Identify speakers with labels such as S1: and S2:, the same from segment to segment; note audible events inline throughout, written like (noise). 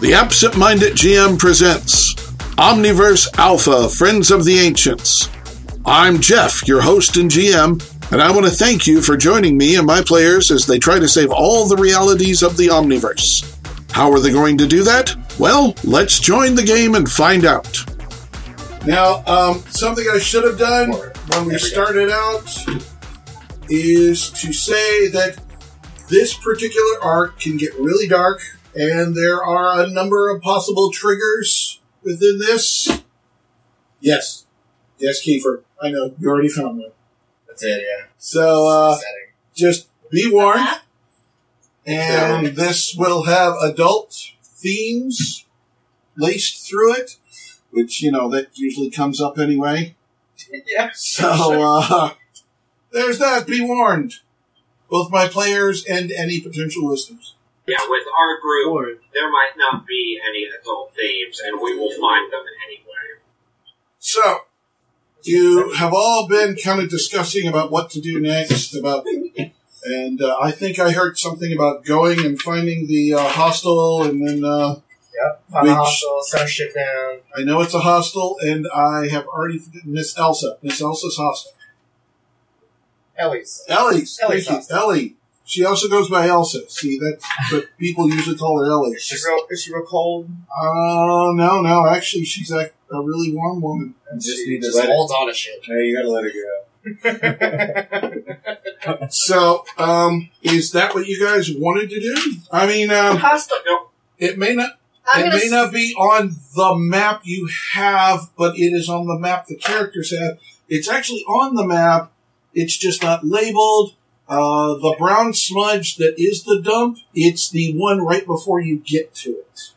S1: The Absent Minded GM presents Omniverse Alpha Friends of the Ancients. I'm Jeff, your host and GM, and I want to thank you for joining me and my players as they try to save all the realities of the Omniverse. How are they going to do that? Well, let's join the game and find out. Now, um, something I should have done when we started out is to say that this particular arc can get really dark, and there are a number of possible triggers within this. Yes. Yes, Kiefer. I know. You already found one.
S2: That's it, yeah.
S1: So, uh,
S2: Setting.
S1: just be warned. And this will have adult themes laced through it, which, you know, that usually comes up anyway.
S2: Yeah.
S1: So, uh, there's that. Be warned. Both my players and any potential listeners.
S3: Yeah, with our group, there might not be any adult themes, and we will find them anyway.
S1: So, you have all been kind of discussing about what to do next, about, and uh, I think I heard something about going and finding the uh, hostel, and then uh,
S2: Yep. Fun
S1: Which-
S2: hostel, set shit down.
S1: I know it's a hostel, and I have already forgotten Miss Elsa, Miss Elsa's hostel.
S2: Ellie's.
S1: Ellie's,
S2: Ellie's
S1: thank you,
S2: hostel.
S1: Ellie. She also goes by Elsa. See, that's but people usually call her Ellie.
S2: Is she real, is she real cold?
S1: Oh no, no, actually, she's a, a really warm woman.
S4: Just
S2: She
S4: need to let it.
S2: holds on to shit.
S4: No, you gotta let it go.
S1: (laughs) So, um, is that what you guys wanted to do? I mean, um,
S5: Hostile.
S1: it may not.
S5: I'm
S1: it
S5: gonna
S1: may
S5: s-
S1: not be on the map you have, but it is on the map the characters have. It's actually on the map. It's just not labeled. Uh, the brown smudge that is the dump, it's the one right before you get to it.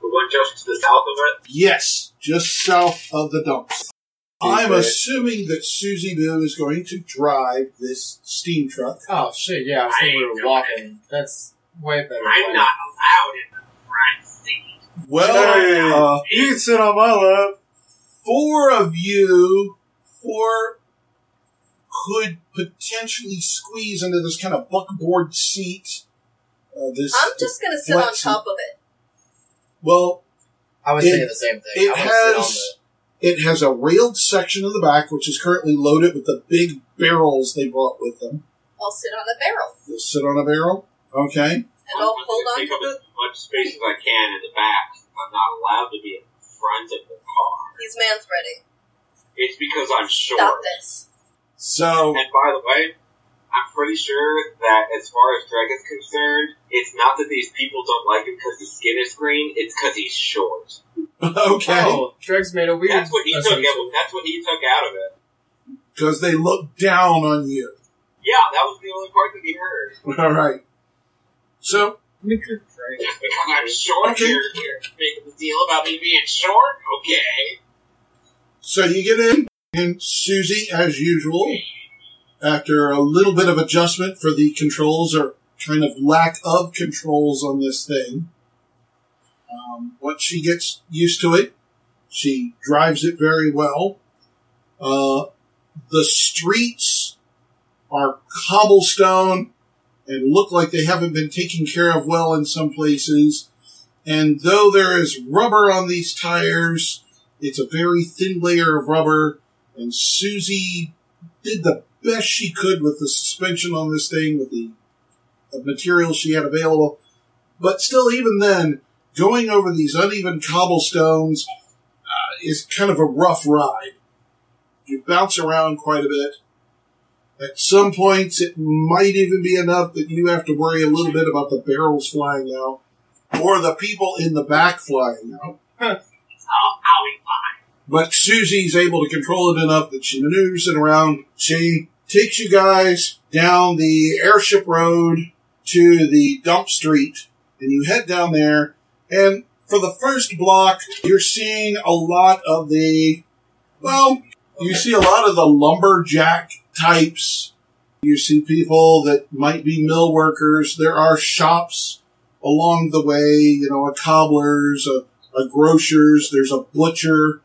S3: The one just to the south of it.
S1: Yes, just south of the dumps. I'm
S4: Secret.
S1: assuming that Susie Boo is going to drive this steam truck.
S2: Oh shit, yeah. I was thinking we were walking. That's way better.
S3: I'm not allowed in the front seat.
S1: Well,
S4: Hey.
S1: uh,
S4: You can sit on my lap.
S1: four of you, four could potentially squeeze into this kind of buckboard seat. Uh, this
S5: I'm just gonna sit on
S1: What?
S5: top of it.
S1: well,
S2: I was
S1: It-
S2: thinking the same thing.
S1: it
S2: I wanna
S1: has it has a railed section in the back, which is currently loaded with the big barrels they brought with them.
S5: I'll sit on a barrel
S1: You'll sit on a barrel, okay?
S5: and
S3: I'm
S5: I'll hold
S3: gonna
S5: on
S3: take
S5: to
S3: up
S5: the.
S3: as much space as I can in the back. I'm not allowed to be in front of the car.
S5: He's man spreading.
S3: It's because I'm
S5: Stop
S3: short.
S5: this.
S1: So (laughs)
S3: And by the way, I'm pretty sure that as far as Dreg is concerned, it's not that these people don't like him because his skin is green. It's because he's short.
S1: okay,
S2: (laughs) Oh, Dregs made a weird.
S3: That's what he took.
S2: assumption.
S3: Out, that's what he took out of it.
S1: because they look down on you. (laughs)
S3: Yeah, that was the only part that he heard.
S1: All right. So
S3: Just because I'm short,
S1: Okay.
S3: you're, you're making the deal about me being short? Okay.
S1: So you get in, and Susie, as usual, after a little bit of adjustment for the controls or kind of lack of controls on this thing, um, once she gets used to it, she drives it very well. Uh, the streets are cobblestone and look like they haven't been taken care of well in some places. And though there is rubber on these tires, it's a very thin layer of rubber, and Susie did the best she could with the suspension on this thing, with the, the materials she had available. But still, even then, going over these uneven cobblestones uh, is kind of a rough ride. You bounce around quite a bit. At some points, it might even be enough that you have to worry a little bit about the barrels flying out or the people in the back flying out.
S3: I'll, I'll be fine.
S1: But Susie's able to control it enough that she maneuvers it around. She takes you guys down the airship road to the dump street, and you head down there. And for the first block, you're seeing a lot of the, well, you see a lot of the lumberjack types. You see people that might be mill workers. There are shops along the way, you know, a cobbler's, a, a grocer's, there's a butcher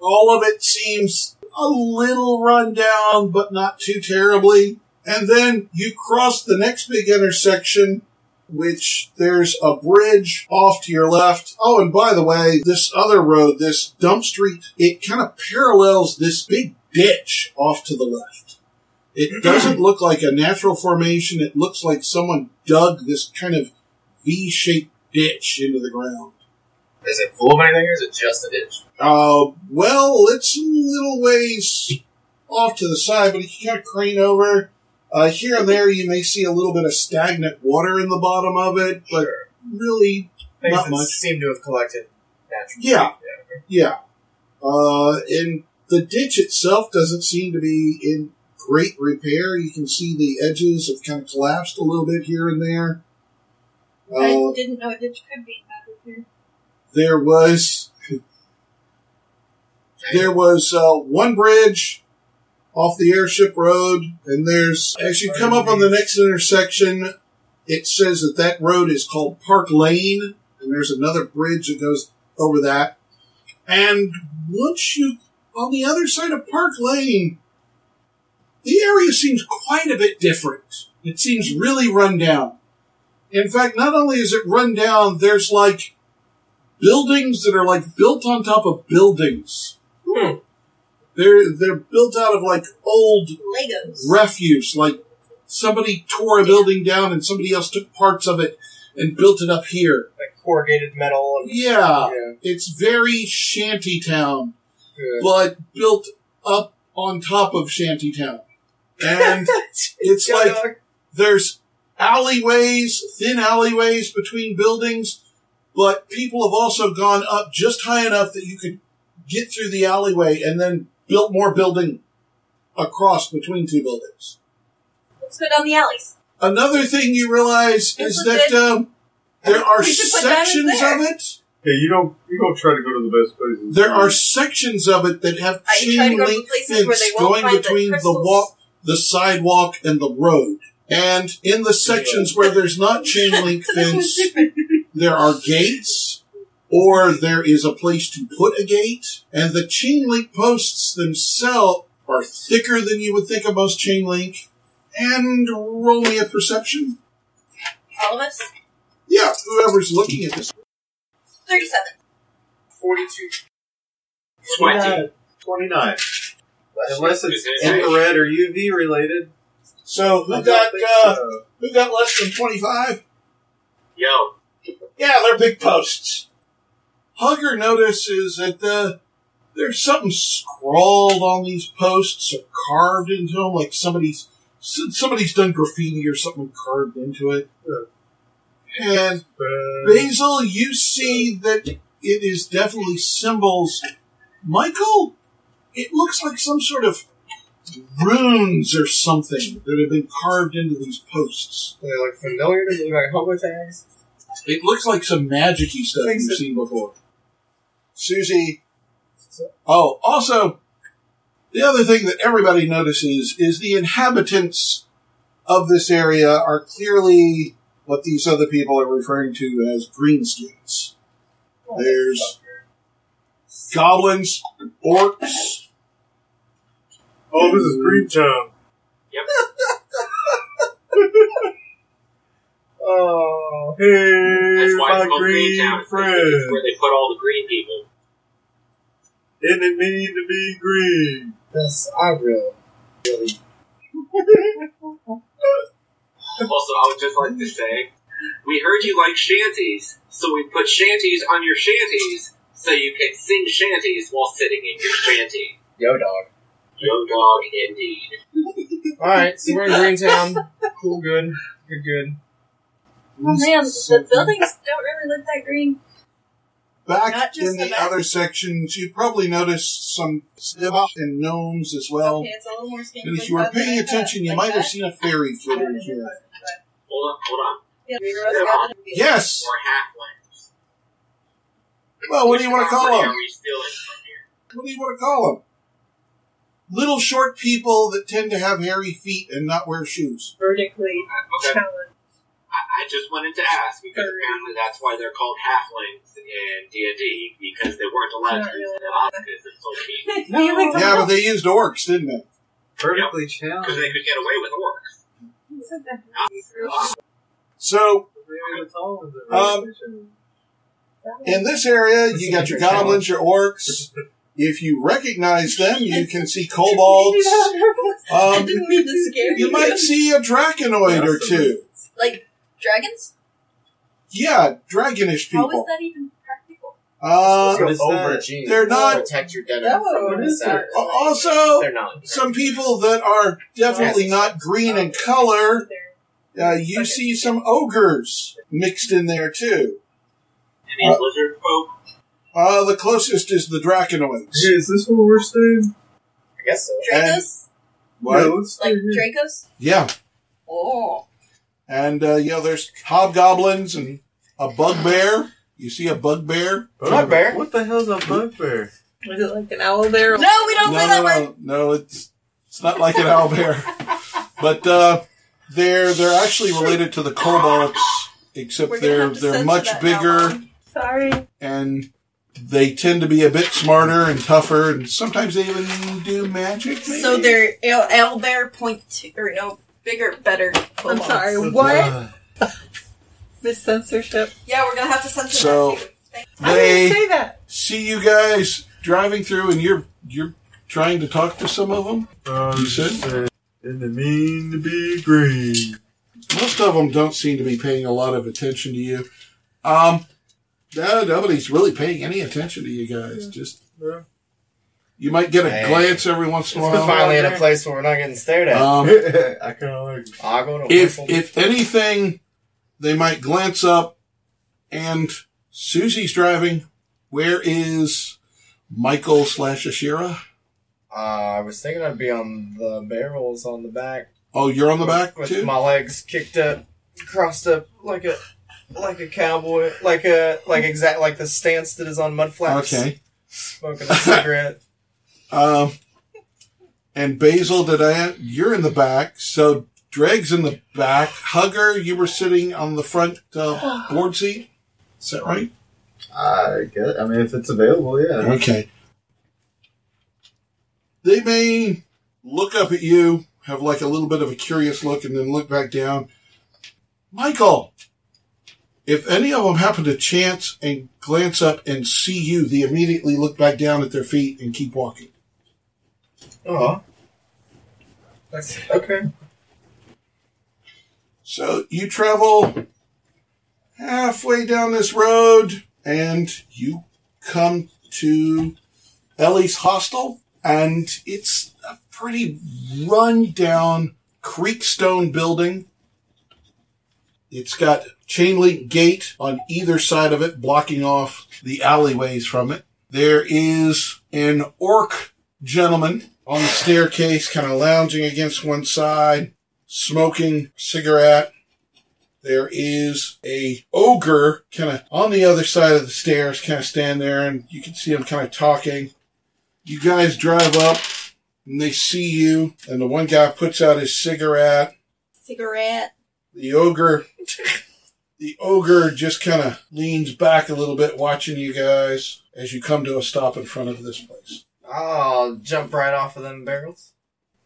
S1: all of it seems a little run down, but not too terribly. And then you cross the next big intersection which there's a bridge off to your left. Oh, and by the way, this other road, this dump street, it kind of parallels this big ditch off to the left. It doesn't look like a natural formation. It looks like someone dug this kind of V-shaped ditch into the ground.
S2: Is it full of anything or is it just a ditch?
S1: Uh, well, it's a little ways off to the side, but if you kind of crane over, uh, here and there you may see a little bit of stagnant water in the bottom of it, but really,
S2: Things
S1: Not
S2: that
S1: much.
S2: seem to have collected naturally.
S1: Yeah. yeah. Uh, and the ditch itself doesn't seem to be in great repair. You can see the edges have kind of collapsed a little bit here and there. Uh,
S6: I didn't know a ditch could be that repair.
S1: there was there was uh, one bridge off the airship road and there's as you come up on the next intersection it says that that road is called park lane and there's another bridge that goes over that and once you on the other side of park lane the area seems quite a bit different it seems really run down in fact not only is it run down there's like buildings that are like built on top of buildings.
S2: Hmm.
S1: They're they're built out of like old
S5: Legos.
S1: refuse. Like somebody tore a building down and somebody else took parts of it and built it up here.
S2: Like corrugated metal and
S1: Yeah,
S2: Yeah.
S1: it's very shanty town,
S2: Yeah.
S1: but built up on top of shanty town, and it's like there's alleyways, thin alleyways between buildings, but people have also gone up just high enough that you could get through the alleyway and then built more building across between two buildings.
S6: Let's go down the alleys.
S1: Another thing you realize is
S5: This is
S1: that um, there are
S5: (laughs) We should put that in
S1: sections
S5: there.
S1: of it.
S4: Yeah, you don't you don't try to go to the best places.
S1: There are sections of it that have
S5: Are Uh, you
S1: chain
S5: trying to go to
S1: link
S5: places where
S1: fence
S5: they won't
S1: going
S5: find the
S1: between the,
S5: crystals?
S1: walk, the sidewalk, and the road. And in the sections where there's not chain link fence, there are gates or there is a place to put a gate and the chain link posts themselves are thicker than you would think of most chain link and roll me a perception
S5: All of us?
S1: yeah whoever's looking at this
S5: 37.
S2: 42.
S3: Twenty.
S4: twenty nine.
S2: Unless
S3: it's
S2: it's
S3: infrared
S2: infrared or UV related.
S1: so who got uh, who got less than 25
S3: Yo,
S1: yeah they're big posts hugger notices that the there's something scrawled on these posts or carved into them like somebody's somebody's done graffiti or something carved into it and Basil, you see that it is definitely symbols. Michael, it looks like some sort of runes or something that have been carved into these posts.
S2: They look familiar to me, like hobo tags.
S1: It looks like some magic y stuff
S2: Things
S1: you've
S2: that-
S1: seen before. Susie. Oh, also, the other thing that everybody notices is the inhabitants of this area are clearly what these other people are referring to as greenskins.
S5: Oh,
S1: There's goblins, orcs.
S4: Oh, this is Green Town. (laughs)
S2: Oh.
S4: Hey,
S3: that's why
S4: my
S3: it's called Green
S4: green
S3: Town. It's Where
S4: friend.
S3: they put all the green people.
S4: Isn't it mean to be green?
S2: That's, I really, really.
S3: Also, I would just like to say, we heard you like shanties, so we put shanties on your shanties, so you can sing shanties while sitting in your shanty.
S2: Yo, dog.
S3: Yo, dog, indeed.
S2: Alright, so we're in Greentown. Cool, good. Good, good.
S6: Oh man, the buildings don't really look that green.
S1: Back
S5: Not just
S1: in the,
S5: the back.
S1: other sections, you probably noticed some Sivach and gnomes as well.
S5: Okay, it's a little more skin.
S1: And if you were paying attention, you might have seen a fairy flitter in here.
S3: Hold on, hold on.
S5: Yeah, we were about to do it.
S1: Yes.
S3: We're halfway.
S1: Well, Oh, what do you
S3: Which
S1: want to call
S3: property
S1: them?
S3: Are we stealing from here?
S1: What do you want to call them? Little short people that tend to have hairy feet and not wear shoes.
S6: Vertically
S3: Uh, Okay,
S6: challenged.
S3: I, I just wanted to ask because apparently that's why they're called halflings in D and D because they weren't allowed to use the because it's so
S6: (laughs)
S3: cheap
S1: Yeah, but they used orcs, didn't they?
S2: Vertically
S3: because
S2: challenged.
S6: (laughs)
S3: they could get away with orcs.
S6: It's a
S1: So
S4: Maybe the tall ones are
S1: Um,
S4: fishing.
S1: In this area, you got your goblins, your orcs. If you recognize them, you can
S6: (laughs)
S1: see
S5: (laughs)
S1: kobolds.
S5: I
S1: Um,
S5: didn't mean to scare you.
S1: you might see a draconoid or two.
S5: (laughs) Like dragons?
S1: Yeah, dragonish
S6: How is
S1: people.
S6: that even practical?
S1: Uh,
S7: What is
S4: Over
S7: that?
S4: G.
S1: they're not.
S7: protect your denim
S8: No,
S7: from
S8: what
S7: the
S8: is
S7: sack.
S1: uh, Also,
S7: They're not.
S1: some people that are definitely not green in color. Uh, you see some ogres mixed in there too.
S3: Any
S1: Uh,
S3: lizard folk?
S1: Uh, the closest is the draconoids.
S4: Hey, is this where we're staying?
S7: I guess so.
S5: Dracos?
S4: Yeah,
S1: What?
S4: let's stay
S5: Like
S1: Mhm.
S4: here.
S5: Dracos?
S1: Yeah,
S5: Oh.
S1: and uh, yeah, there's hobgoblins and a bugbear. You see a bugbear?
S7: Bugbear?
S4: What the hell's a bugbear?
S8: Was it like an owl bear?
S5: No, we don't
S1: No,
S5: play that
S1: no,
S5: word.
S1: no, no. It's it's not like an
S5: (laughs)
S1: owlbear. but uh, they're they're actually related to the kobolds, except
S5: We're gonna
S1: they're
S5: have to
S1: they're
S5: censor
S1: much
S5: that now,
S1: bigger.
S5: Mom.
S8: Sorry.
S1: and they tend to be a bit smarter and tougher, and sometimes they even do magic. Maybe?
S5: So they're el- el bear point two, or no bigger, better.
S8: I'm
S5: kobolds.
S8: sorry. What? Miss censorship.
S5: Yeah, we're gonna have to censor
S1: So-
S5: that. too.
S8: I didn't
S1: they
S8: say that.
S1: see you guys driving through, and you're you're trying to talk to some of them.
S4: Um,
S1: You said?
S4: And they mean to be green.
S1: Most of them don't seem to be paying a lot of attention to you. Um, no, nobody's really paying any attention to you guys. Just
S4: Yeah.
S1: you might get a
S7: Hey.
S1: glance every once in a
S7: We're
S1: while.
S7: finally in a place where we're not getting stared at.
S1: Um,
S4: I kind of like it.
S7: I'll go to
S1: if
S7: Whistle.
S1: if anything, they might glance up and Susie's driving. Where is Michael slash Ashira?
S7: uh, I was thinking I'd be on the barrels on the back
S1: Oh, you're on the back
S7: with
S1: too?
S7: my legs kicked up, crossed up like a like a cowboy, like a like exact like the stance that is on mudflaps.
S1: Okay.
S7: smoking a cigarette.
S1: Um, and Basil, did I? You're in the back. So Dreg's in the back. Hugger, you were sitting on the front uh, board seat. Is that right?
S4: I guess. I mean, if it's available, yeah.
S1: Okay. They may look up at you, have like a little bit of a curious look, and then look back down. Michael, if any of them happen to chance and glance up and see you, they immediately look back down at their feet and keep walking.
S4: Uh-huh.
S7: Oh, that's okay.
S1: So you travel halfway down this road and you come to Ellie's hostel and it's a pretty run down creek stone building. It's got chain link gate on either side of it blocking off the alleyways from it. There is an orc gentleman on the staircase kind of lounging against one side smoking cigarette. There is a ogre kind of on the other side of the stairs, kind of stand there, and you can see him kind of talking. You guys drive up, and they see you, and the one guy puts out his cigarette.
S5: Cigarette.
S1: The ogre, the ogre just kind of leans back a little bit, watching you guys as you come to a stop in front of this place.
S7: I'll jump right off of them barrels.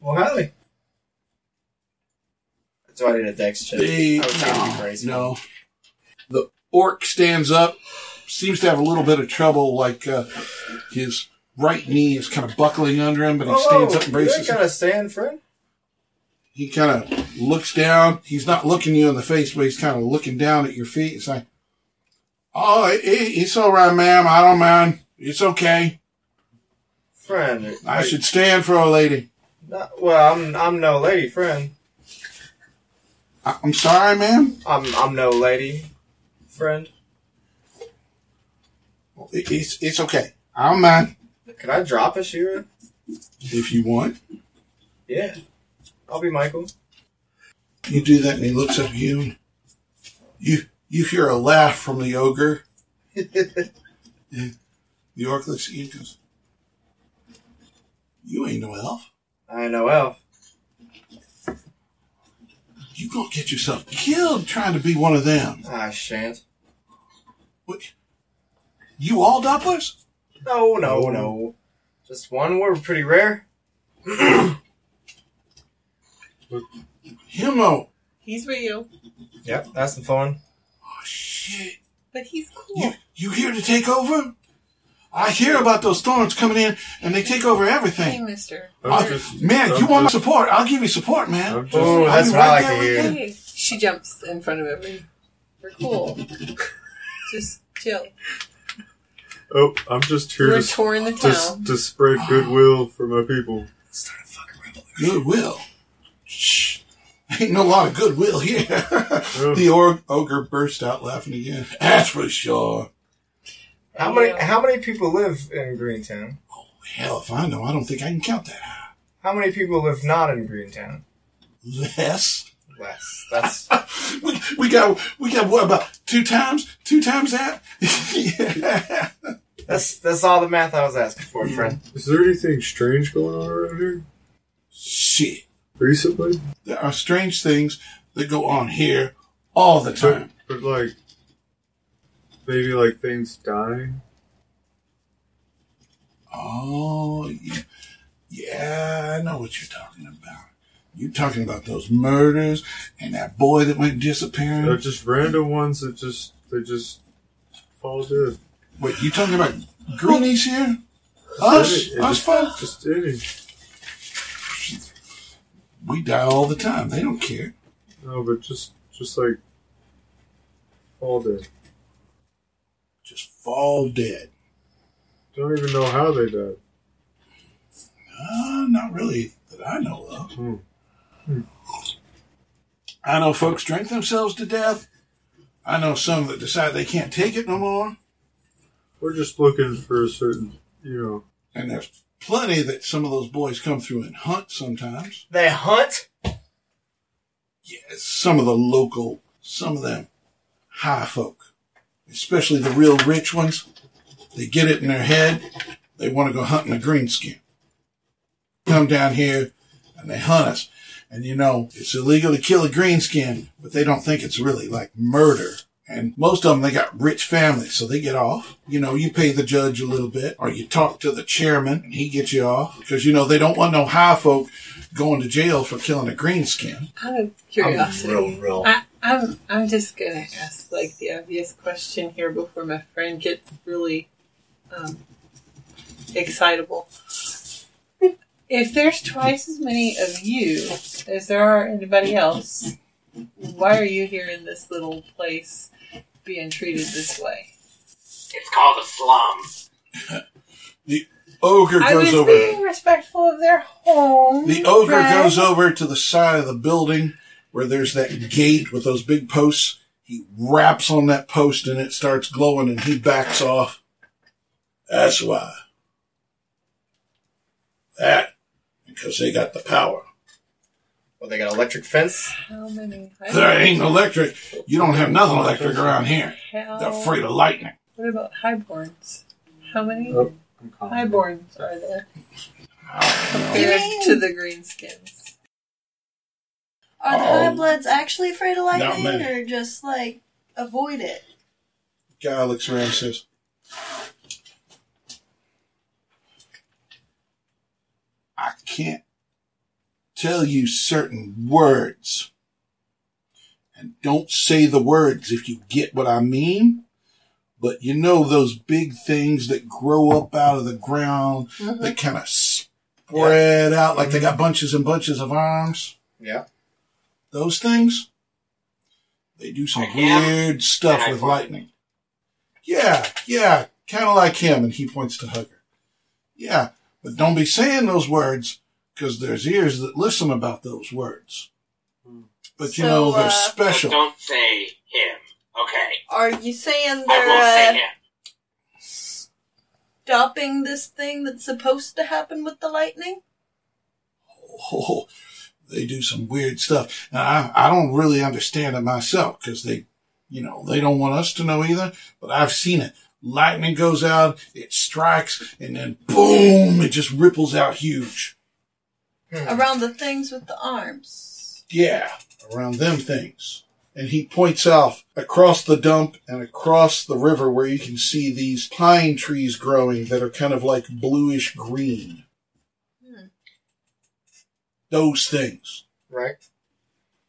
S7: Well, howdy. Do I need a dex check?
S1: The,
S7: I was trying to be braceful.
S1: no, no. The orc stands up, seems to have a little bit of trouble, like uh, his right knee is kind of buckling under him, but he stands up and braces.
S7: kind of Oh, stand, friend.
S1: he kind of looks down. He's not looking you in the face, but he's kind of looking down at your feet. It's like, oh, it, it- it's all right, ma'am. I don't mind. It's okay.
S7: Friend,
S1: I should stand for a lady.
S7: Not, well, I'm I'm no lady, friend.
S1: I, I'm sorry, ma'am.
S7: I'm I'm no lady, friend.
S1: It, it's it's okay. I don't mind
S7: Can I drop a Shira?
S1: if you want.
S7: Yeah, I'll be Michael. (laughs)
S1: You do that, and he looks at you. You you hear a laugh from the ogre. The orc looks at you and goes, "You ain't no elf.
S7: I know elf.
S1: You gonna get yourself killed trying to be one of them?
S7: I shan't.
S1: What, you all dopplers?
S7: No, no, no. Just one. We're pretty rare.
S1: Him? Oh,
S8: He's real.
S7: Yep, that's the fun.
S1: shit.
S8: But he's cool.
S1: You, you here to take over? I hear about those thorns coming in and they take over
S8: Hey,
S1: everything.
S8: mister.
S1: I-
S4: I'm just,
S1: man,
S4: I'm
S1: you want my
S4: just-
S1: support? I'll give you support, man.
S4: I'm just,
S1: I'll
S7: Oh,
S1: be
S7: that's what
S1: right
S7: I like
S1: there
S7: to
S1: with
S7: hear.
S1: you.
S8: Hey. She jumps in front of everyone. We're
S4: (laughs)
S8: cool. Just chill.
S4: oh, I'm just here
S8: We're
S4: to,
S8: touring the
S4: to, s-
S8: town.
S4: to spread goodwill for my people.
S1: Goodwill. Shh. Ain't no lot of goodwill here.
S4: Oh.
S1: the org- ogre burst out laughing again. That's for sure.
S7: How many how many people live in Greentown?
S1: Hell, if I know, I don't think I can count that high.
S7: How many people live not in Greentown?
S1: Less.
S7: Less. That's
S1: We, we got we got what about two times two times that? (laughs) yeah.
S7: that's that's all the math I was asking for,
S4: Hmm.
S7: friend.
S4: Is there anything strange going on around here
S1: Shit.
S4: recently?
S1: There are strange things that go on here all the
S4: But,
S1: time.
S4: but like, maybe like things dying.
S1: Oh, yeah. yeah, I know what you're talking about. You're talking about those murders and that boy that went
S4: They're
S1: disappearing.
S4: just random ones that just they just fall dead.
S1: Wait, you talking about greenies here? Us,
S4: It
S1: us
S4: just-
S1: folks.
S4: Just any.
S1: We die all the time. They don't care.
S4: No, but just just like fall dead.
S1: Just fall dead.
S4: Don't even know how they died.
S1: Uh, not really that I know of.
S4: Hmm.
S1: I know folks drink themselves to death. I know some that decide they can't take it no more.
S4: We're just looking for a certain, you know.
S1: And there's plenty that some of those boys come through and hunt sometimes.
S7: They hunt?
S1: Yes, some of the local, some of them high folk, especially the real rich ones, they get it in their head. They want to go hunting a greenskin. Come down here and they hunt us. And you know, it's illegal to kill a greenskin, but they don't think it's really like murder. And most of them, they got rich families, so they get off. You know, you pay the judge a little bit, or you talk to the chairman and he gets you off. Because, you know, they don't want no high folk going to jail for killing a greenskin.
S8: Out of curiosity,
S9: real, real.
S8: I, I'm I'm just gonna ask like the obvious question here before my friend gets really um, excitable. If there's twice as many of you as there are anybody else, why are you here in this little place being treated this way?
S3: It's called a slum.
S1: Ogre
S8: I was
S1: goes over.
S8: being respectful of their home.
S1: The ogre
S8: right?
S1: goes over to the side of the building where there's that gate with those big posts. He raps on that post and it starts glowing and he backs off. That's why. That, because they got the power.
S7: Well they got electric fence?
S8: How many?
S1: There ain't electric. You don't have nothing electric around here. They're
S8: How-
S1: afraid of lightning.
S8: What about highborns? How many
S4: Oh,
S8: highborns are there compared to the (laughs) greenskins?
S6: Are the
S1: Oh.
S6: high bloods actually afraid of lightning,
S1: many.
S6: or just like avoid it?
S1: Guy looks around and says, I can't tell you certain words. And don't say the words if you get what I mean. But you know those big things that grow up out of the ground, that kind of spread out like they got bunches and bunches of arms?
S7: Yeah.
S1: Those things? They do some
S3: Like him?
S1: weird stuff
S3: And I
S1: with
S3: point.
S1: lightning. Yeah, yeah, kind of like him. And he points to Hugger. Yeah, but don't be saying those words because there's ears that listen about those words. But you
S6: So,
S1: know, they're
S6: uh,
S3: So
S1: special.
S3: Hmm. don't say him. Okay.
S6: Are you saying
S3: I won't say
S6: they're uh,
S3: him.
S6: stopping this thing that's supposed to happen with the lightning?
S1: Oh, they do some weird stuff. Now, I, I don't really understand it myself because they, you know, they don't want us to know either, but I've seen it. Lightning goes out, it strikes, and then boom, it just ripples out huge. Hmm.
S6: Around the things with the arms.
S1: Yeah, around them things. And he points off across the dump and across the river where you can see these pine trees growing that are kind of like bluish green. Those things.
S7: Right.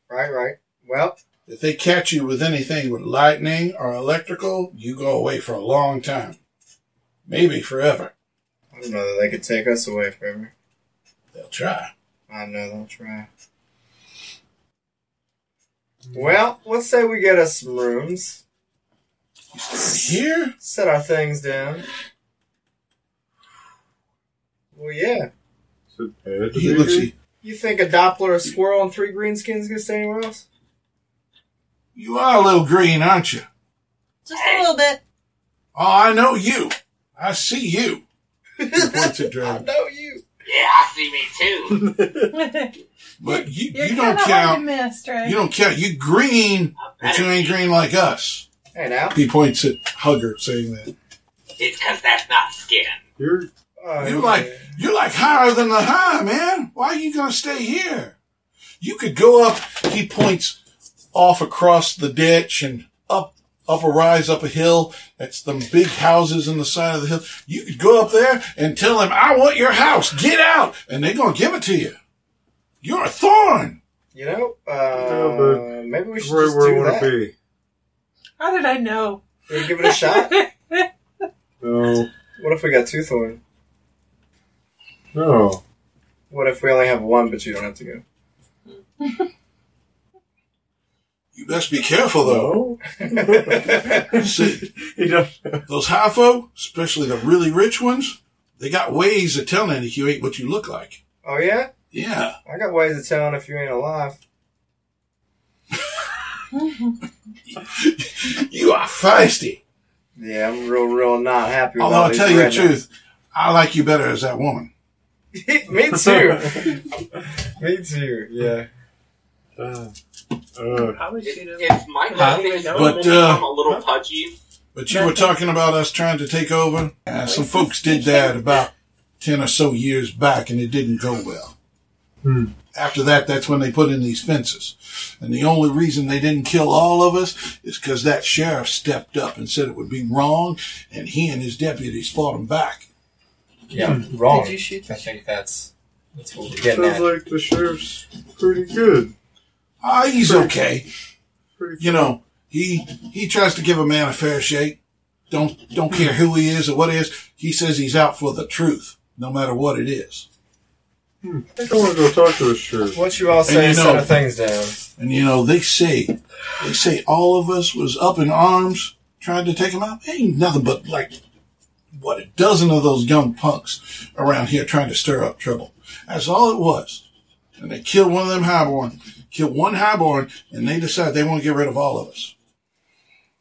S7: Right, right. Well,
S1: If they catch you with anything with lightning or electrical, you go away for a long time. Maybe forever.
S7: I don't know that they could take us away forever.
S1: They'll try.
S7: I know they'll try.
S4: Hmm.
S7: Well, let's say we get us some rooms,
S1: Here?
S7: set our things down. Well, yeah.
S4: So bad to
S1: He
S4: be
S1: looks
S4: green?
S1: you.
S7: You think a Doppler, a squirrel, and three greenskins gonna stay anywhere else?
S1: You are a little green, aren't you?
S5: Just a little bit.
S1: Oh, I know you. I see you. He points at
S7: I (laughs)
S1: Dragon.
S7: know you.
S3: Yeah, I see me too.
S1: (laughs) But you,
S8: You're
S1: you don't
S8: kinda hard to
S1: count.
S8: miss, right?
S1: You don't count. You green, but you ain't green like us.
S7: Hey, now.
S1: He points at Hugger saying that.
S3: It's because that's not skin.
S4: You're
S7: Oh,
S1: You're like
S7: yeah.
S1: you're like higher than the high, man. Why are you gonna stay here? You could go up. He points off across the ditch and up up a rise up a hill. That's them big houses on the side of the hill. You could go up there and tell them, "I want your house. Get out!" And they're gonna give it to you. You're a thorn.
S7: You know, uh,
S4: No, but
S7: maybe we should
S4: right
S7: just
S4: where I
S7: do
S4: want
S7: that.
S4: to be.
S8: How did I know?
S7: We give it
S1: (laughs)
S7: a shot.
S4: No,
S7: What if we got two thorn?
S4: no.
S7: What if we only have one, but you don't have to go?
S1: You best be careful though.
S7: (laughs)
S1: (laughs) See,
S4: He does.
S1: those high folk, especially the really rich ones, they got ways of telling if you ain't what you look like.
S7: oh yeah,
S1: Yeah.
S7: I got ways of telling if you ain't alive.
S1: You are feisty.
S7: Yeah, I'm real, real not happy. With
S1: Although
S7: all
S1: Oh, I'll
S7: these
S1: tell you the
S7: rednecks.
S1: truth, I like you better as that woman.
S7: (laughs) Me too.
S1: (laughs)
S7: Me too. Yeah.
S4: Uh, uh,
S8: Probably
S3: Is,
S8: should have.
S3: is my glasses
S8: Huh?
S1: But, uh,
S3: I'm a little pudgy?
S1: But you were talking about us trying to take over. Uh, some folks did that about 10 or so years back, and it didn't go well.
S4: Hmm.
S1: After that, that's when they put in these fences. And the only reason they didn't kill all of us is because that sheriff stepped up and said it would be wrong, and he and his deputies fought him back.
S7: Yeah. (laughs) Wrong.
S8: Did you shoot
S7: I
S8: the
S7: think that's that's what we're getting
S4: sounds
S7: at.
S4: like the sheriff's pretty good.
S1: Ah, he's okay.
S4: Pretty
S1: You know, he he tries to give a man a fair shake. Don't don't care who he is or what he is. He says he's out for the truth, no matter what it is.
S4: I think I want to go talk to the sheriff.
S7: What you all
S1: And
S7: say?
S1: you
S7: set
S1: know-
S7: our things down.
S1: And you know, they say they say all of us was up in arms trying to take him out. Ain't nothing but like what a dozen of those young punks around here trying to stir up trouble. That's all it was. And they killed one of them highborn, killed one highborn, and they decide they want to get rid of all of us.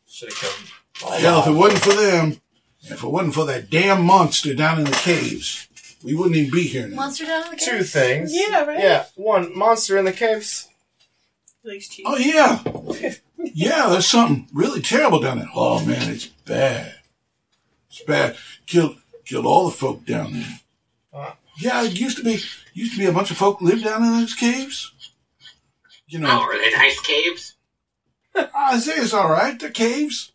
S7: Should have come.
S1: Hell, if it wasn't for them, if it wasn't for that damn monster down in the caves, we wouldn't even be here now.
S6: Monster down again.
S7: Two things.
S8: Yeah, right.
S7: Yeah. One monster in the caves.
S8: police chief?
S1: Oh yeah, yeah. There's something really terrible down there. Oh man, it's bad. It's bad. Killed killed all the folk down there.
S7: Huh?
S1: Yeah, it used to be used to be a bunch of folk lived down in those caves. You know,
S3: Oh, are they nice caves?
S1: I say it's all right, the caves.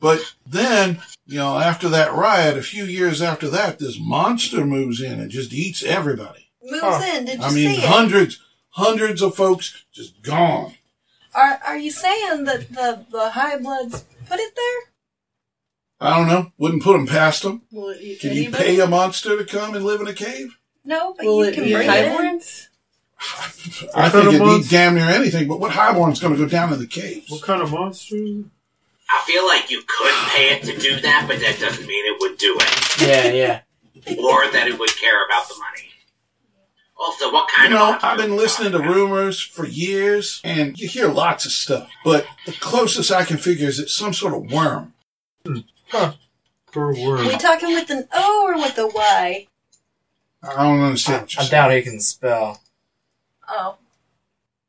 S1: But then, you know, after that riot, a few years after that, this monster moves in and just eats everybody.
S5: Moves
S7: Huh.
S5: in. Did you
S1: I mean,
S5: see it?
S1: hundreds, hundreds of folks just gone.
S5: Are Are you saying that the the high bloods put it there?
S1: I don't know. Wouldn't put them past them.
S8: Will it eat
S1: Can you
S8: anybody?
S1: pay a monster to come and live in a cave?
S5: No, but
S8: Will
S5: you
S8: it
S5: can
S8: eat
S5: bring it in.
S8: hybrids?
S1: I
S4: kind
S1: think
S4: of
S1: it'd eat
S4: monster?
S1: damn near anything. But what highborn's going to go down in the caves?
S4: What kind of monster?
S3: I feel like you could pay it to do that, but that doesn't mean it would do it,
S7: Yeah, yeah.
S3: or that it would care about the money. Also, what
S1: You
S3: kind of
S1: know,
S3: monster
S1: I've been
S3: are we
S1: listening to
S3: talking about?
S1: rumors for years, and you hear lots of stuff. But the closest I can figure is it's some sort of worm.
S4: For a
S5: Are we
S4: worm.
S5: talking with an O or with a Y?
S1: I don't understand what you're
S7: I
S1: saying.
S7: doubt he can spell.
S5: Oh,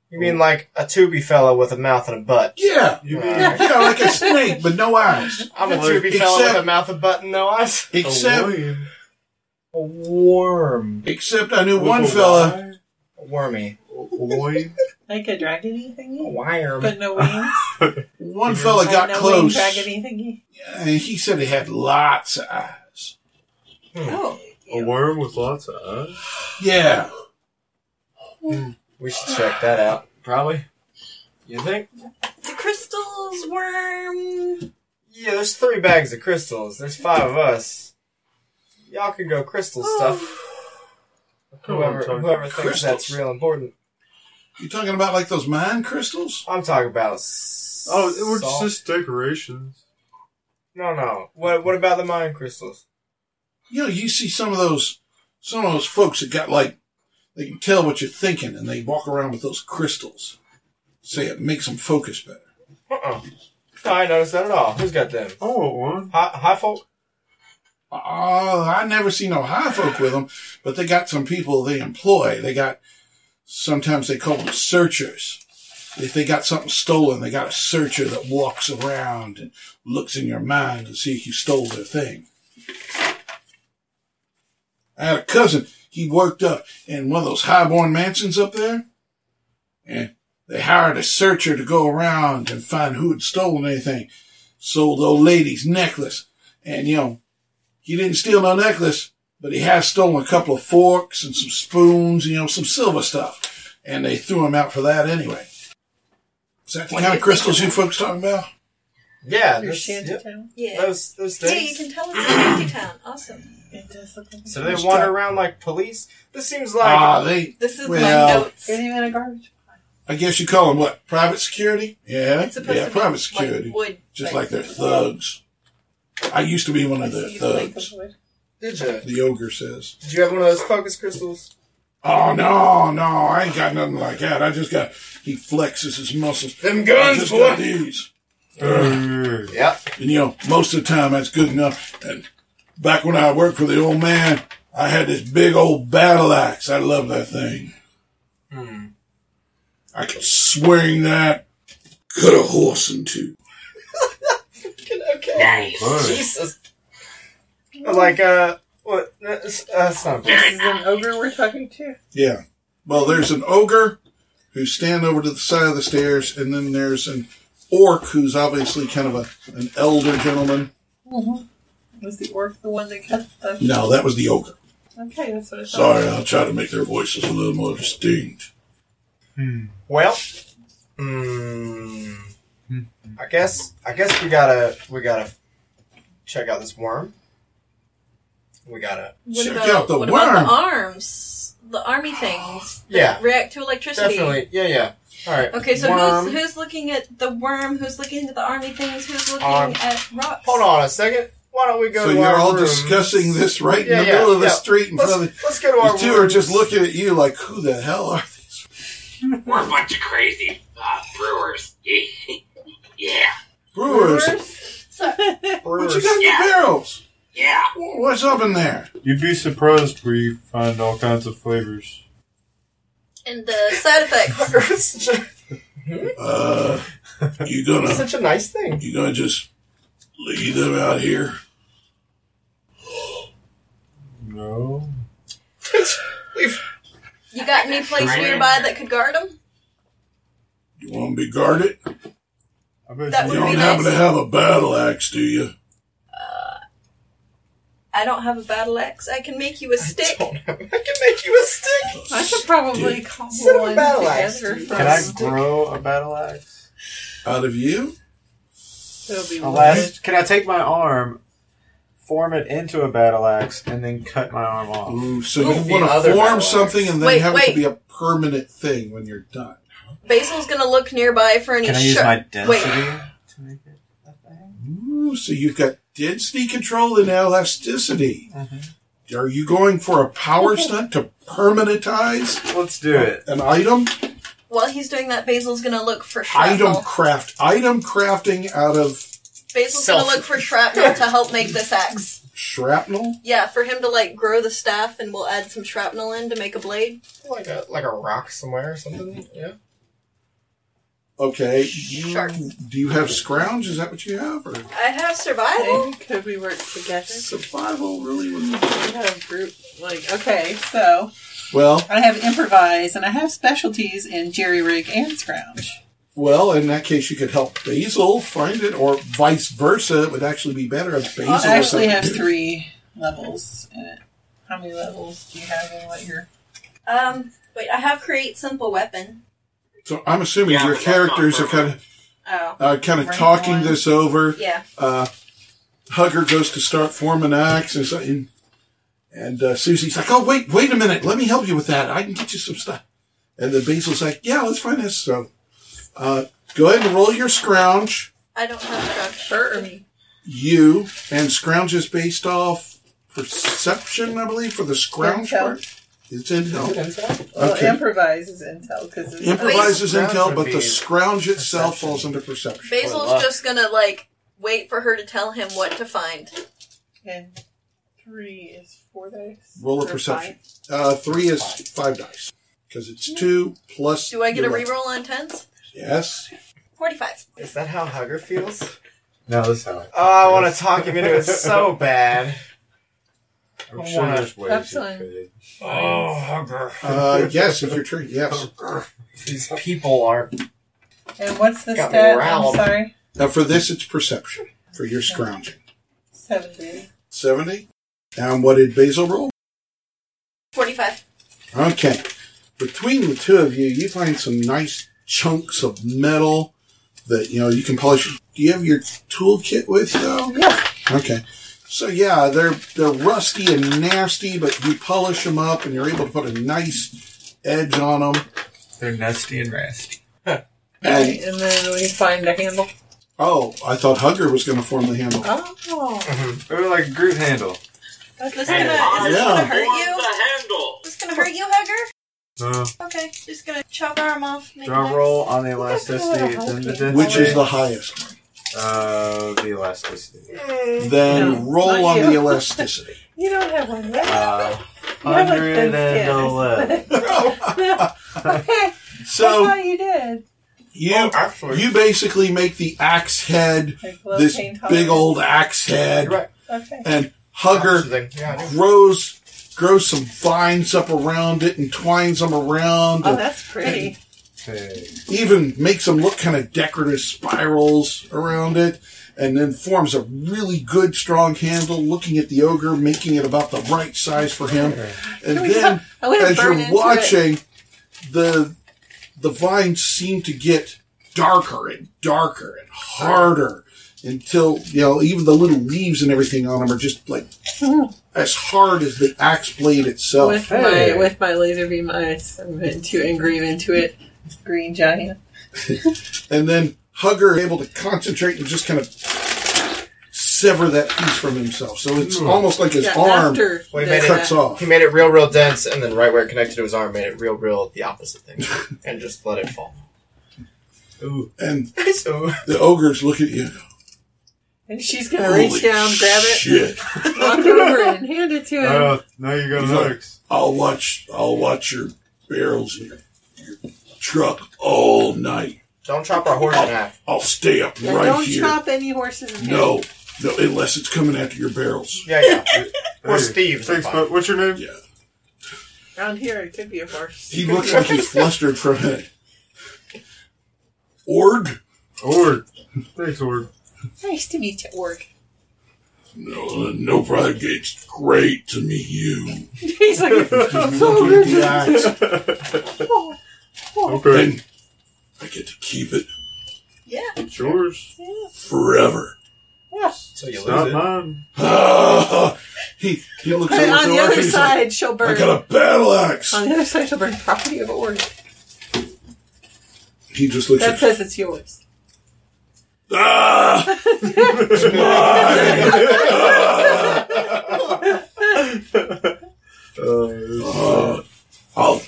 S7: You mean like a tubby fella with a mouth and a butt?
S1: Yeah.
S4: You mean
S7: Alright.
S1: Yeah, like a snake, but no eyes.
S7: I'm a
S4: Well,
S7: tubby fella
S1: except-
S7: with a mouth and butt and no eyes.
S4: a
S1: Except,
S4: worm?
S7: A worm.
S1: except I knew
S4: With
S1: one
S4: a
S1: fella.
S4: Y?
S7: A wormy.
S4: A worm?
S8: Like a dragony
S7: Oh,
S8: thingy?
S7: Worm.
S8: But no wings?
S1: One fella
S8: Like
S1: got
S8: no
S1: close,
S8: Wing dragony thingy?
S1: and he said he had lots of eyes.
S5: oh,
S4: A worm with lots of eyes?
S1: Yeah,
S7: We should check that out. Probably. You think?
S5: The crystals, worm.
S7: Yeah, there's three bags of crystals. There's five of us. Y'all can go crystal stuff. Whoever, whoever thinks that's
S1: Crystals.
S7: real important.
S1: You talking about like those mine crystals?
S7: I'm talking about. s-
S4: Oh, it was
S7: salt.
S4: just decorations.
S7: No, no. What? What about the mine crystals?
S1: You know, you see some of those, some of those folks that got like, they can tell what you're thinking, and they walk around with those crystals. Say it makes them focus better.
S7: Uh-uh. No, I ain't noticed that at all. Who's got them?
S4: I want one.
S7: Hi, hi folk.
S1: Oh, I never see no high folk with them, but they got some people they employ. They got, sometimes they call them searchers. If they got something stolen, they got a searcher that walks around and looks in your mind to see if you stole their thing. I had a cousin, he worked up in one of those highborn mansions up there, and they hired a searcher to go around and find who had stolen anything. Sold the old lady's necklace, and you know, he didn't steal no necklace, but he has stolen a couple of forks and some spoons, you know, some silver stuff. And they threw him out for that anyway. Is that the kind of crystals you folks talking about?
S7: Yeah.
S8: Your
S7: that's-
S8: shanty
S7: yep.
S8: town.
S5: Yeah.
S7: Those those
S5: Yeah, you
S7: things.
S5: can tell it's a shanty town. Awesome.
S8: It does look like.
S7: So they
S1: Just
S7: wander
S1: got-
S7: around like police. This seems like
S1: Ah, they.
S5: This is
S1: Well,
S5: my notes.
S8: You're not even a garbage.
S1: I guess you call them what? Private security? Yeah,
S5: It's supposed
S1: yeah,
S5: to be
S1: private security.
S5: Like wood.
S1: Just like they're thugs. I used to be one of their
S8: You like
S1: thugs.
S8: wood.
S7: Did you?
S1: The ogre says,
S7: Did you have one of those focus crystals?
S1: "Oh no, no, I ain't got nothing like that. I just got." He flexes his muscles.
S2: Them
S1: I
S2: guns,
S1: just got
S2: boy.
S1: these.
S7: Yep.
S1: And you know, most of the time that's good enough. And back when I worked for the old man, I had this big old battle axe. I love that thing.
S2: Hmm.
S1: I could swing that, cut a horse in two.
S7: Okay.
S4: Nice.
S7: Jesus. Like uh, what? That's, that's not.
S8: This is an ogre we're talking to.
S1: Yeah. Well, there's an ogre who's standing over to the side of the stairs, and then there's an orc who's obviously kind of a, an elder gentleman.
S8: Was the orc the one that cut the?
S1: No, that was the ogre.
S8: Okay, that's what I thought.
S1: Sorry, I'll try to make their voices a little more distinct.
S7: Well, mm, I guess I guess we gotta we gotta check out this worm. We gotta
S5: What
S1: Check
S5: about,
S1: out the
S5: what about
S1: worm.
S5: the arms? The army things that
S7: Yeah.
S5: react to electricity.
S7: definitely yeah yeah. All right.
S5: Okay, so
S7: worm.
S5: who's who's looking at the worm? Who's looking at the army things? Who's looking
S7: Arm.
S5: at rocks?
S7: Hold on a second. Why don't we go?
S1: So
S7: to
S1: you're
S7: our
S1: all
S7: rooms?
S1: discussing this right
S7: Yeah,
S1: in the
S7: yeah,
S1: middle of the
S7: yeah.
S1: street in front of the
S7: (laughs) Let's, let's go to our
S1: The two are just
S7: rooms.
S1: looking at you like, who the hell are these?
S3: We're a bunch of crazy uh, brewers. (laughs) yeah,
S1: Brewers. What you
S7: Brewers.
S1: got in your
S3: Yeah.
S1: barrels?
S3: yeah.
S1: Wha- What's up in there?
S4: You'd be surprised where you find all kinds of flavors.
S5: And the side effects.
S7: It's (laughs) such a-
S1: Uh, you
S7: it's
S1: gonna,
S7: such a nice thing. (laughs)
S1: you gonna just leave them out here?
S4: No.
S7: Leave.
S5: You got any place nearby that could guard them?
S1: You wanna be guarded?
S4: I bet
S5: That
S1: You
S4: you
S5: would be
S1: don't
S5: nice.
S1: happen to have a battle axe, do you?
S5: I don't have a battle axe. I can make you a stick.
S7: Don't have- I can make you a stick.
S8: I should probably
S7: Sit
S8: cobble
S7: on
S8: one
S7: battle axe,
S8: together
S7: dude.
S8: from.
S4: Can I grow a battle axe?
S1: Out of you?
S8: It'll be
S4: A
S8: wood.
S4: last, can I take my arm, form it into a battle axe, and then cut my arm off?
S1: Ooh, so
S7: Ooh,
S1: you
S7: the
S1: wanna
S7: other battle
S1: form
S7: axe.
S1: something and then
S5: Wait,
S1: have it
S5: wait.
S1: to be a permanent thing when you're done.
S5: Basil's gonna look nearby for any
S4: Can I use
S5: sharp.
S4: my density
S5: Wait,
S4: to make it a thing?
S1: Ooh, so you've got density control and elasticity.
S5: Mm-hmm.
S1: Are you going for a power stunt to permanentize?
S4: Let's do it.
S1: an item
S5: while he's doing that, Basil's gonna look for
S1: item
S5: shrapnel.
S1: craft item crafting out of
S5: Basil's gonna
S7: Self.
S5: look for shrapnel to help make this axe.
S1: shrapnel
S5: Yeah, for him to like grow the staff, and we'll add some shrapnel in to make a blade.
S7: Like a like a rock somewhere or something. Yeah.
S1: okay you,
S5: Sure.
S1: do you have scrounge is that what you have or
S5: I have survival.
S8: Maybe could we work together?
S1: survival really
S8: We
S1: wouldn't
S8: have a group. Like okay, so
S1: well
S8: I have improvise and I have specialties in jerry rig and scrounge.
S1: well in that case you could help basil find it or vice versa it would actually be better if basil
S8: I
S1: was
S8: actually
S1: like-
S8: have three levels in it. How many levels do you have in what you're?
S5: Um, wait, I have create simple weapon.
S1: So I'm assuming
S3: Yeah,
S1: your
S3: but that's not
S1: characters are kind
S3: perfect.
S1: of
S5: Oh.
S1: uh, kind of
S5: Right
S1: talking
S5: on.
S1: this over.
S5: Yeah.
S1: Uh, Hugger goes to start forming acts and something, and uh, Susie's like, "Oh wait, wait a minute, let me help you with that. I can get you some stuff." And then Basil's like, "Yeah, let's find this." So uh, go ahead and roll your scrounge.
S5: I don't have structure.
S1: you and scrounge is based off perception, I believe, for the scrounge
S8: Intel.
S1: part. It's intel.
S8: Well,
S1: Okay.
S8: improvise is intel because it's
S1: Improvise is
S7: Scrounge
S1: intel,
S7: would
S1: but the
S7: be
S1: scrounge itself
S7: perception.
S1: falls under perception.
S5: Basil's just gonna like wait for her to tell him what to find.
S8: and three is four dice.
S1: Roll a
S8: Or
S1: perception. Uh, three is five dice because it's two plus.
S5: Hmm. Do I get a
S1: your-
S5: reroll on tens?
S1: Yes.
S5: Forty-five.
S7: Is that how Hugger feels?
S4: No, this is how I.
S5: Ah,
S7: Oh, I want to talk him into it (laughs) so bad.
S4: I'm sure there's
S8: Have
S4: ways you
S8: some.
S4: could.
S7: Oh, Hugger.
S1: Uh, yes, it's your turn. Yes.
S7: These people are.
S8: five. And what's the
S7: Got me
S8: stat? I'm
S7: riled.
S8: sorry.
S1: Now for this, it's perception for your scrounging.
S8: Seventy.
S1: 70. And what did Basil roll?
S5: Forty-five.
S1: Okay. Between the two of you, you find some nice chunks of metal that, you know, you can polish. Do you have your toolkit with you? though?
S8: Yeah.
S1: Okay. So yeah, they're they're rusty and nasty, but you polish them up and you're able to put a nice edge on them.
S4: They're nasty and nasty.
S1: And
S8: And then we find a handle.
S1: oh, I thought Hugger was going to form the handle.
S8: Oh.
S4: Ooh, like a Groot handle.
S5: Is this
S3: And
S5: gonna,
S3: I
S5: is this
S1: Yeah.
S5: gonna hurt
S3: want
S5: you?
S3: the handle.
S5: Is this gonna hurt you, Hugger?
S4: Uh,
S5: Okay, just gonna chop arm off. Make
S4: do I
S5: it-
S4: roll on the elasticity and then the density?
S1: Which is the highest?
S4: Uh, the elasticity.
S1: Then
S8: No,
S1: roll
S8: not
S1: on the
S8: you. (laughs)
S1: elasticity.
S8: You don't have one left.
S4: Uh,
S8: Yeah, but thin
S4: 111.
S8: (laughs) okay. Oh, I
S1: so
S8: thought you did.
S1: you
S7: Oh, actually.
S1: you basically make the axe head,
S8: Like low
S1: this
S8: pain
S1: big
S8: tolerance.
S1: old axe head,
S7: You're right.
S8: Okay.
S1: and Hugger
S7: Yeah, I do.
S1: grows grows some vines up around it and twines them around,
S8: Oh,
S1: and
S8: that's pretty.
S4: Okay.
S1: even makes them look kind of decorative spirals around it, and then forms a really good strong handle. Looking at the ogre, making it about the right size for him, and
S8: Can we
S1: then
S8: talk- I wanna
S1: as
S8: burn
S1: you're
S8: into
S1: watching, the the vines seem to get darker and darker and harder until you know even the little leaves and everything on them are just
S8: (laughs)
S1: like as hard as the axe blade
S8: With
S1: itself.
S4: Hey.
S8: my with my laser beam eyes, I'm into engrave into it. Green giant.
S1: And then Hugger able to concentrate and just kind of sever that piece from himself. So it's almost like his
S8: Yeah,
S1: arm
S8: after
S7: Wait a
S8: the-
S7: minute.
S1: cuts off.
S7: (laughs) He made it real, real dense, and then right where it connected to his arm, made it real, real the opposite (laughs) thing, and just let it fall. (laughs) Ooh.
S1: And
S7: so,
S1: the ogres look at you.
S8: And she's gonna
S1: "Holy
S8: reach down, grab it,
S1: Shit. Uh,
S8: walk over, and hand it to him.
S4: Oh, now you got
S1: He's
S4: an
S1: like-
S4: ox.
S1: I'll watch. I'll watch your barrels and your, your truck all night.
S7: don't chop our horse in half.
S1: I'll stay up
S8: Yeah,
S1: right
S8: don't
S1: here.
S8: chop any horses. In half.
S1: No, no, unless it's coming after your barrels.
S7: Yeah, yeah. Or
S4: (laughs) Hey,
S7: Steve.
S4: Thanks, but what's your name?
S1: Yeah.
S8: Around here, it could be a horse.
S1: He looks like
S8: (laughs)
S1: he's flustered from it. Org?
S4: Ord. Thanks, Ord.
S8: Nice to meet you, Orc.
S1: No, no problem. It's great to meet you.
S8: (laughs) He's
S1: (laughs)
S8: like, (laughs) Oh,
S1: Look at the axe,
S4: Okay.
S1: and I get to keep it
S5: Yeah.
S4: It's yours.
S1: forever. (laughs)
S7: So you
S4: It's
S7: lose
S4: not
S7: it.
S4: mine.
S1: he he looks
S8: But
S1: over
S8: on
S1: to
S8: the
S1: Org and
S8: other
S1: he's like,
S8: side, she'll
S1: I
S8: burn.
S1: got a battle axe.
S8: On the other side, she'll burn property of Orc.
S1: He just looks
S8: That
S1: at
S8: says it's yours.
S1: Ah! It's mine! Uh, I'll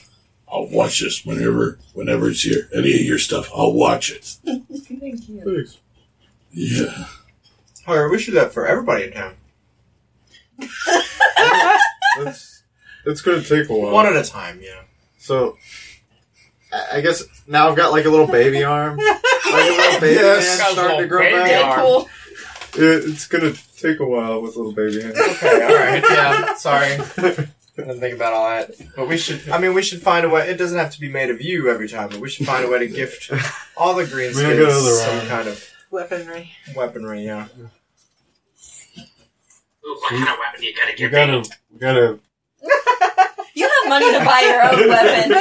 S1: I'll watch this whenever whenever it's here. Any of your stuff, I'll watch it.
S8: Thank you.
S4: Thanks.
S1: Yeah.
S7: Or we should do that for everybody in town.
S4: That's, that's going to take a while.
S7: One at a time, yeah.
S4: So, I- I guess now I've got like a little baby arm, like
S1: (laughs)
S4: a little baby
S1: Yes.
S4: hand starting to grow
S7: Little baby
S4: back.
S7: arm.
S8: Deadpool.
S4: It, it's gonna take a while with little baby
S1: (laughs)
S4: hand.
S7: Okay, alright, yeah. Sorry. I didn't think about all that. But we should, I mean, we should find a way, it doesn't have to be made of you every time, but we should find a way to
S4: (laughs)
S7: gift all the green
S4: We gotta go
S7: skins
S4: to the
S7: some
S4: round.
S7: kind of
S8: Weaponry.
S7: weaponry, yeah.
S3: Ooh, What kind of weapon you gotta
S4: We
S3: give me?
S4: gotta, we gotta.
S5: You have money to buy your own weapon.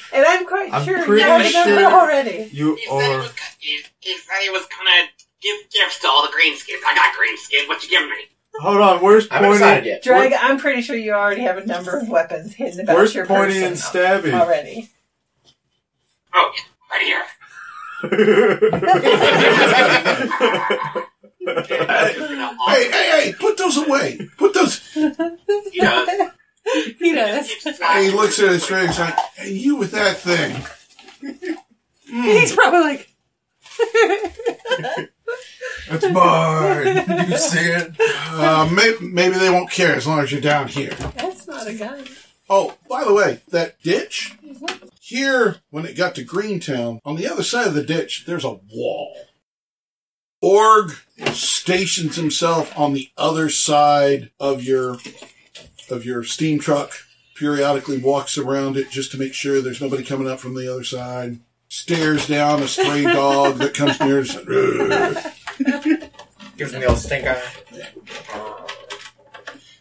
S1: (laughs)
S8: and I'm quite
S4: I'm
S8: sure
S4: pretty
S8: you already know
S4: sure-
S8: that already.
S4: You
S3: He said, he
S4: or
S3: was, gonna- he, he said he was gonna give gifts to all the greenskins. I got greenskins. What you giving me?
S4: hold on, where's
S7: I'm excited
S4: pointy?
S7: yet.
S8: Drag, I'm pretty sure you already have a number of weapons hidden about
S4: Where's
S8: your
S4: pointy and
S8: person
S4: stabby?
S8: already.
S3: Oh, yeah, right here.
S1: (laughs) Hey, hey, hey! Put those away. Put those.
S3: He does.
S8: He does.
S1: And he looks at his friend. He's like, "Hey, you with that thing?
S8: (laughs) He's probably like,
S1: That's mine. You see it? Uh, maybe, maybe they won't care as long as you're down here."
S8: that's not a gun.
S1: Oh, by the way, that ditch here, when it got to Greentown, on the other side of the ditch, there's a wall. Org stations himself on the other side of your of your steam truck. Periodically walks around it just to make sure there's nobody coming up from the other side. Stares down a stray dog that comes near. And says, "Ugh."
S7: Gives him the old stink eye.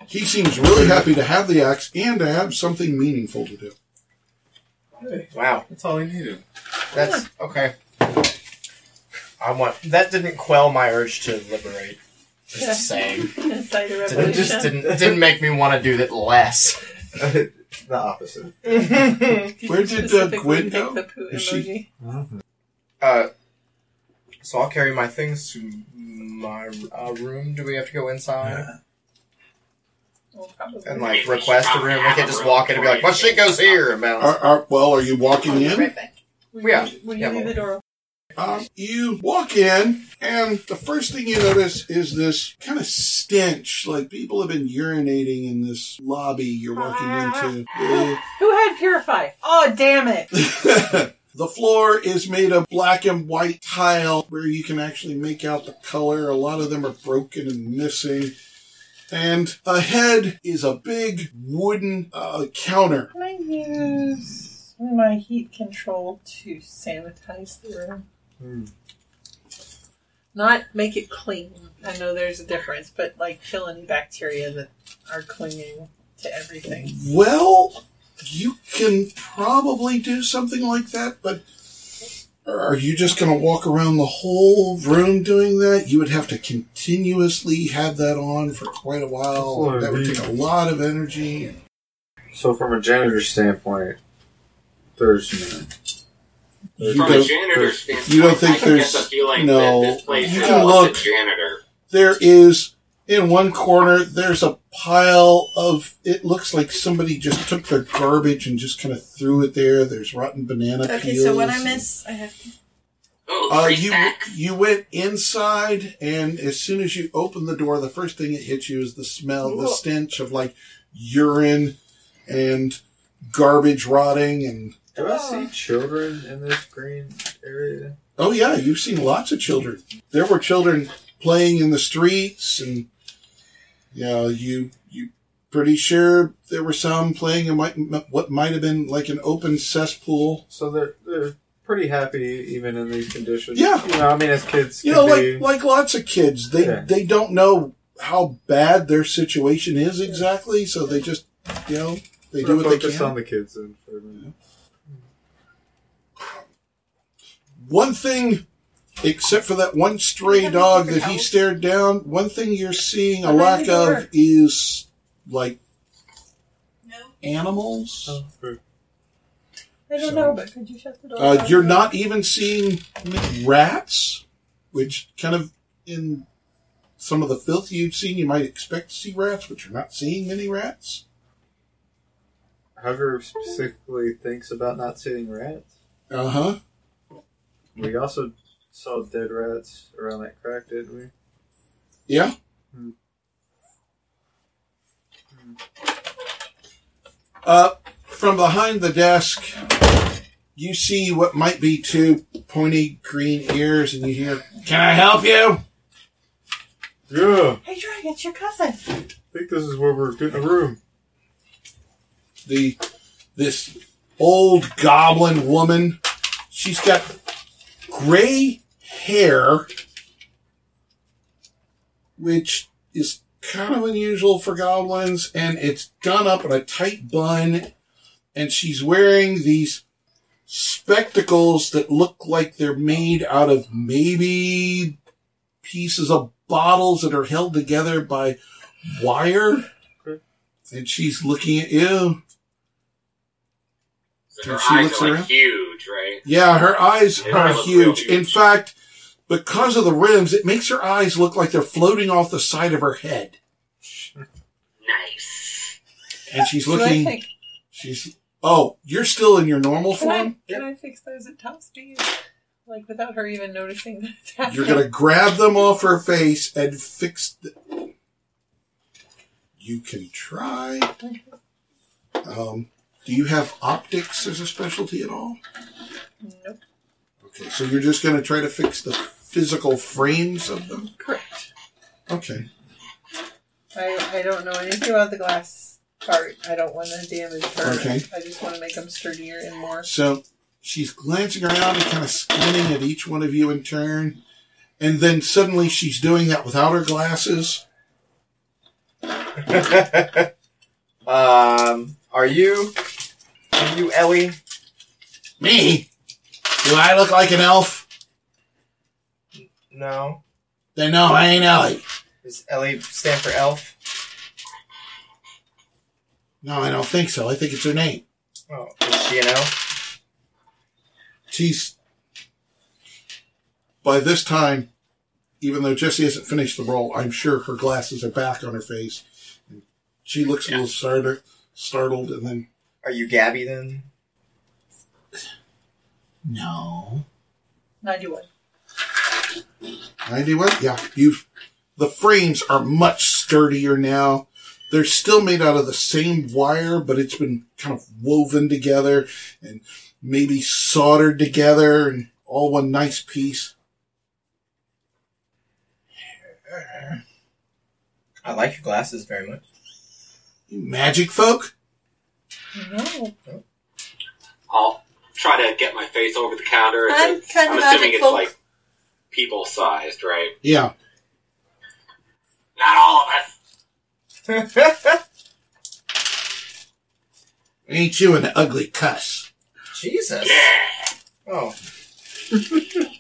S1: he seems really happy to have the axe and to have something meaningful to do.
S7: Wow,
S2: That's all he needed.
S7: that's okay. I want that didn't quell my urge to liberate. Just
S8: Yeah.
S7: saying,
S8: Inside the
S7: it
S8: revolution.
S7: just didn't it didn't make me want to do that less.
S4: (laughs) the opposite.
S1: Where did, uh,
S8: Specifically
S1: Gwen
S8: pick
S1: go?
S8: The poo
S1: Is she-
S8: emoji.
S7: Uh, so I'll carry my things to my uh, room. Do we have to go inside
S8: Well, probably.
S7: and like request a room? We can't just walk in and be like, "Well, shit goes here." And bounce.
S1: Are, are, well, are you walking in?
S8: Will
S7: yeah,
S8: you- Will you
S7: yeah,
S8: leave
S7: well.
S8: the door open?
S1: Um, you walk in, and the first thing you notice is this kind of stench. Like people have been urinating in this lobby you're walking into. (laughs) Uh,
S8: Who had Purify? Oh, damn it.
S1: the floor is made of black and white tile where you can actually make out the color. A lot of them are broken and missing. And ahead is a big wooden uh, counter.
S8: Can I use my heat control to sanitize the room?
S1: Hmm.
S8: Not make it clean. I know there's a difference, but like kill any bacteria that are clinging to everything.
S1: Well, you can probably do something like that, but are you just going to walk around the whole room doing that? You would have to continuously have that on for quite a while.
S4: That's what I
S1: that would
S4: mean.
S1: take a lot of energy.
S4: So, from a janitor's standpoint, there's you know,
S1: You
S3: From a
S1: don't-
S3: janitor's standpoint,
S1: you don't think
S3: I can get
S1: there's-
S3: the feeling
S1: no.
S3: that this place
S1: You
S3: is
S1: can
S3: full of
S1: look.
S3: the janitor.
S1: there is in one corner there's a pile of it looks like somebody just took their garbage and just kind of threw it there there's rotten banana
S5: Okay,
S1: peels
S5: so when I
S1: and-
S5: miss, I have to.
S3: Oh,
S1: Uh,
S3: grease
S1: you
S3: axe.
S1: you went inside, and as soon as you open the door, the first thing that hits you is the smell, the stench of like urine and garbage rotting, and
S4: Do I see children in this green area?
S1: oh yeah, you've seen lots of children. There were children playing in the streets, and you know, you you pretty sure there were some playing in what, what might have been like an open cesspool.
S4: So they're they're pretty happy even in these conditions.
S1: Yeah.
S4: you know, I mean, as kids,
S1: You
S4: could
S1: know,
S4: be.
S1: like like lots of kids, they
S4: Yeah.
S1: they don't know how bad their situation is exactly, so they just you know they do what they
S4: focus
S1: can.
S4: on the kids and for a minute.
S1: one thing, except for that one stray dog that he stared down, one thing you're seeing a lack
S8: Behind the
S1: of
S8: door.
S1: is like
S5: No.
S1: animals.
S8: I don't
S1: So-
S8: know, but could you shut the door?
S1: Uh, you're not even seeing rats, which kind of in some of the filth you've seen, you might expect to see rats, but you're not seeing many rats.
S4: Hover specifically thinks about not seeing rats.
S1: Uh huh.
S4: We also saw dead rats around that crack, didn't we?
S1: Yeah.
S4: Hmm.
S1: Uh, from behind the desk, you see what might be two pointy green ears, and you hear, "Can I help you?"
S4: Yeah,
S8: Hey, Drag, it's your cousin.
S4: I think this is where we're getting a room.
S1: The this old goblin woman. She's got gray hair, which is kind of unusual for goblins, and it's done up in a tight bun, and she's wearing these spectacles that look like they're made out of maybe pieces of bottles that are held together by wire. And she's looking at you.
S3: So her
S1: And she
S3: eyes
S1: looks
S3: are
S1: around.
S3: like huge, right?
S1: Yeah, her eyes
S3: They
S1: are
S3: look real
S1: huge.
S3: huge.
S1: In fact, because of the rims, it makes her eyes look like they're floating off the side of her head.
S3: Nice.
S1: And she's
S8: Can I,
S1: looking.
S8: fix,
S1: She's. Oh, you're still in your normal
S8: can, I,
S1: form.
S8: can I fix those at top speed? Like without her even noticing that it's
S1: You're
S8: happening.
S1: gonna grab them off her face and fix. The... You can try. Um, do you have optics as a specialty at all?
S8: Nope.
S1: Okay, so you're just gonna try to fix the physical frames of them.
S8: Correct.
S1: Okay.
S8: I, I don't know anything about the glass part. I don't want to damage her.
S1: Okay.
S8: I just want to make them sturdier and more.
S1: So she's glancing around and kind of scanning at each one of you in turn. And then suddenly she's doing that without her glasses.
S7: (laughs) um, are you? Are you Ellie?
S1: Me? Do I look like an elf?
S7: No.
S1: Then no, I ain't Ellie.
S7: Does Ellie stand for elf?
S1: No, I don't think so. I think it's her name.
S7: Oh, is she an elf?
S1: She's. By this time, even though Jesse hasn't finished the roll, I'm sure her glasses are back on her face. She looks a little starter, startled and then.
S7: Are you Gabby then?
S1: No.
S8: 91.
S1: 91? Yeah. You've, the frames are much sturdier now. They're still made out of the same wire, but it's been kind of woven together and maybe soldered together and all one nice piece.
S7: I like your glasses very much. (laughs)
S1: You magic folk?
S8: No.
S3: I'll try to get my face over the counter. It's
S5: I'm
S3: a-
S5: kind of
S3: I'm assuming
S5: magic
S3: it's
S5: folk.
S3: like people sized, right?
S1: Yeah.
S3: Not all of us.
S1: Ain't you an ugly cuss?
S7: Jesus. Oh. (laughs)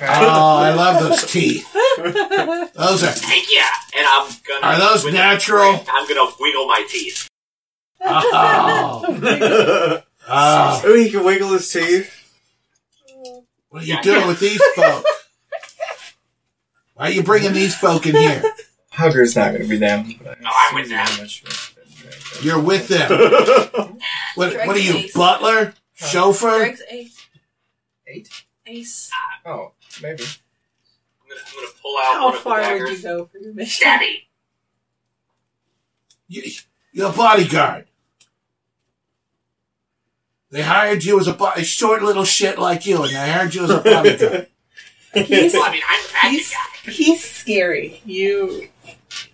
S7: Uh, Okay.
S1: Oh, I love those teeth. Those are,
S3: Thank ya. And I'm gonna.
S1: Are those
S3: with-
S1: natural?
S3: I'm gonna wiggle my teeth.
S1: oh, oh.
S4: oh, he can wiggle his (laughs) teeth.
S1: What are you doing with these folk? Why are you bringing these folk in here?
S7: Hugger's not going to be down.
S3: No, I'm with them.
S1: You're with them. What,
S5: Dragon
S1: what are you,
S5: Ace.
S1: butler? Chauffeur?
S5: Greg's ace.
S7: Eight?
S5: Ace.
S7: Oh, maybe.
S3: I'm gonna, I'm gonna pull out
S8: How
S3: one of the
S8: far would you
S3: daggers.
S8: go for your mission?
S3: Stabby.
S1: You, you're a bodyguard. They hired you as a, bo- a short little shit like you, and they hired you as a bodyguard.
S8: He's,
S3: Well, I mean, I'm a magic
S8: he's,
S3: guy.
S8: he's scary. You.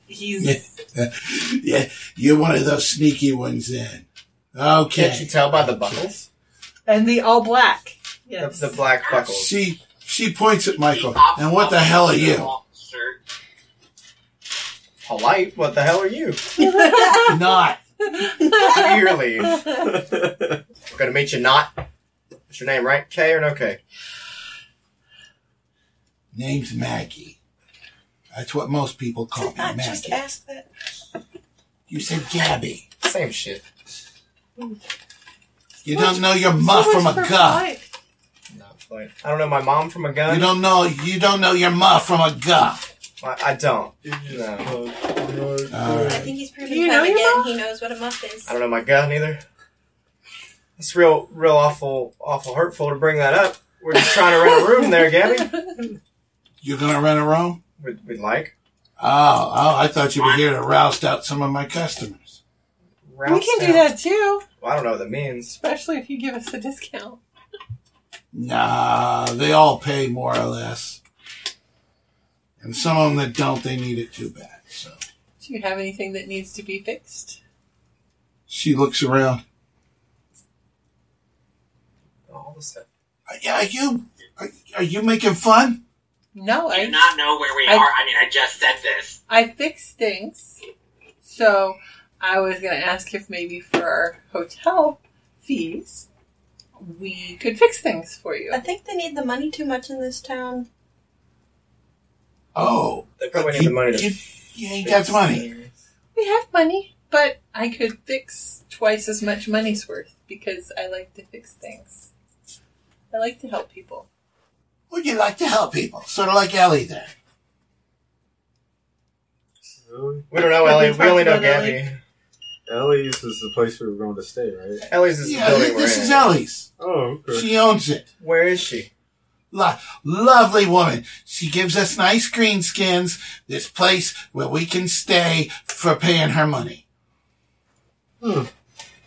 S8: He's.
S1: yeah, you're one of those sneaky ones then. Okay.
S7: Can't you tell by the buckles?
S8: And the all black.
S7: The,
S8: Yes.
S7: the black buckles.
S1: She she points at Michael.
S3: Off-
S1: And what the
S3: off-
S1: hell are you?
S3: off, Sir.
S7: Polite? What the hell are you?
S1: Not. (laughs)
S7: Clearly. We're going to meet you not. What's your name, right? K or no K?
S1: Name's Maggie. That's what most people call me,
S5: Did I just
S1: Maggie.
S5: ask that?
S1: You said Gabby.
S7: Same shit.
S1: You don't know your muff from a guff.
S7: Not polite. I don't know my mom from a gun.
S1: You don't know you don't know your muff from a guff.
S7: I, I don't. No.
S1: All
S5: I
S1: right.
S5: think he's
S8: Do
S5: proven
S8: you
S5: time
S8: know your
S5: again
S8: mom?
S5: he knows what a muff is.
S7: I don't know my gun either. It's real, real awful, awful hurtful to bring that up. We're just trying to rent a room there, Gabby.
S1: You're gonna rent a room?
S7: We'd, we'd like.
S1: Oh, oh, I thought you were here to roust out some of my customers.
S8: We can do that too,
S7: Well, I don't know what that means.
S8: especially if you give us a discount.
S1: Nah, they all pay more or less. And some of them that don't, they need it too bad. So
S8: Do you have anything that needs to be fixed?
S1: she looks around.
S7: All the stuff.
S1: Yeah, are you are, are you making fun?
S8: No,
S3: I do
S8: I,
S3: not know where we are.
S8: I-
S3: I mean, I just said this.
S8: I fix things. So I was going to ask if maybe for our hotel fees, we could fix things for you.
S5: I think they need the money too much in this town.
S1: Oh,
S7: They probably need the money to.
S1: you, you ain't got the money.
S8: We have money, but I could fix twice as much money's worth because I like to fix things. I like to help people.
S1: Would you like to help people? Sort of like Ellie there.
S4: Really?
S7: We don't know Ellie. We only know
S8: Talked about
S7: Gabby.
S4: Ellie's is the place we were going to stay, right?
S7: Ellie's is
S1: Yeah,
S7: the building
S1: this
S7: we're
S1: is
S7: in.
S1: Ellie's.
S4: Oh, okay.
S1: She owns it.
S7: Where is she?
S1: Lo- lovely woman. She gives us nice green skins, this place where we can stay for paying her money.
S4: Oh,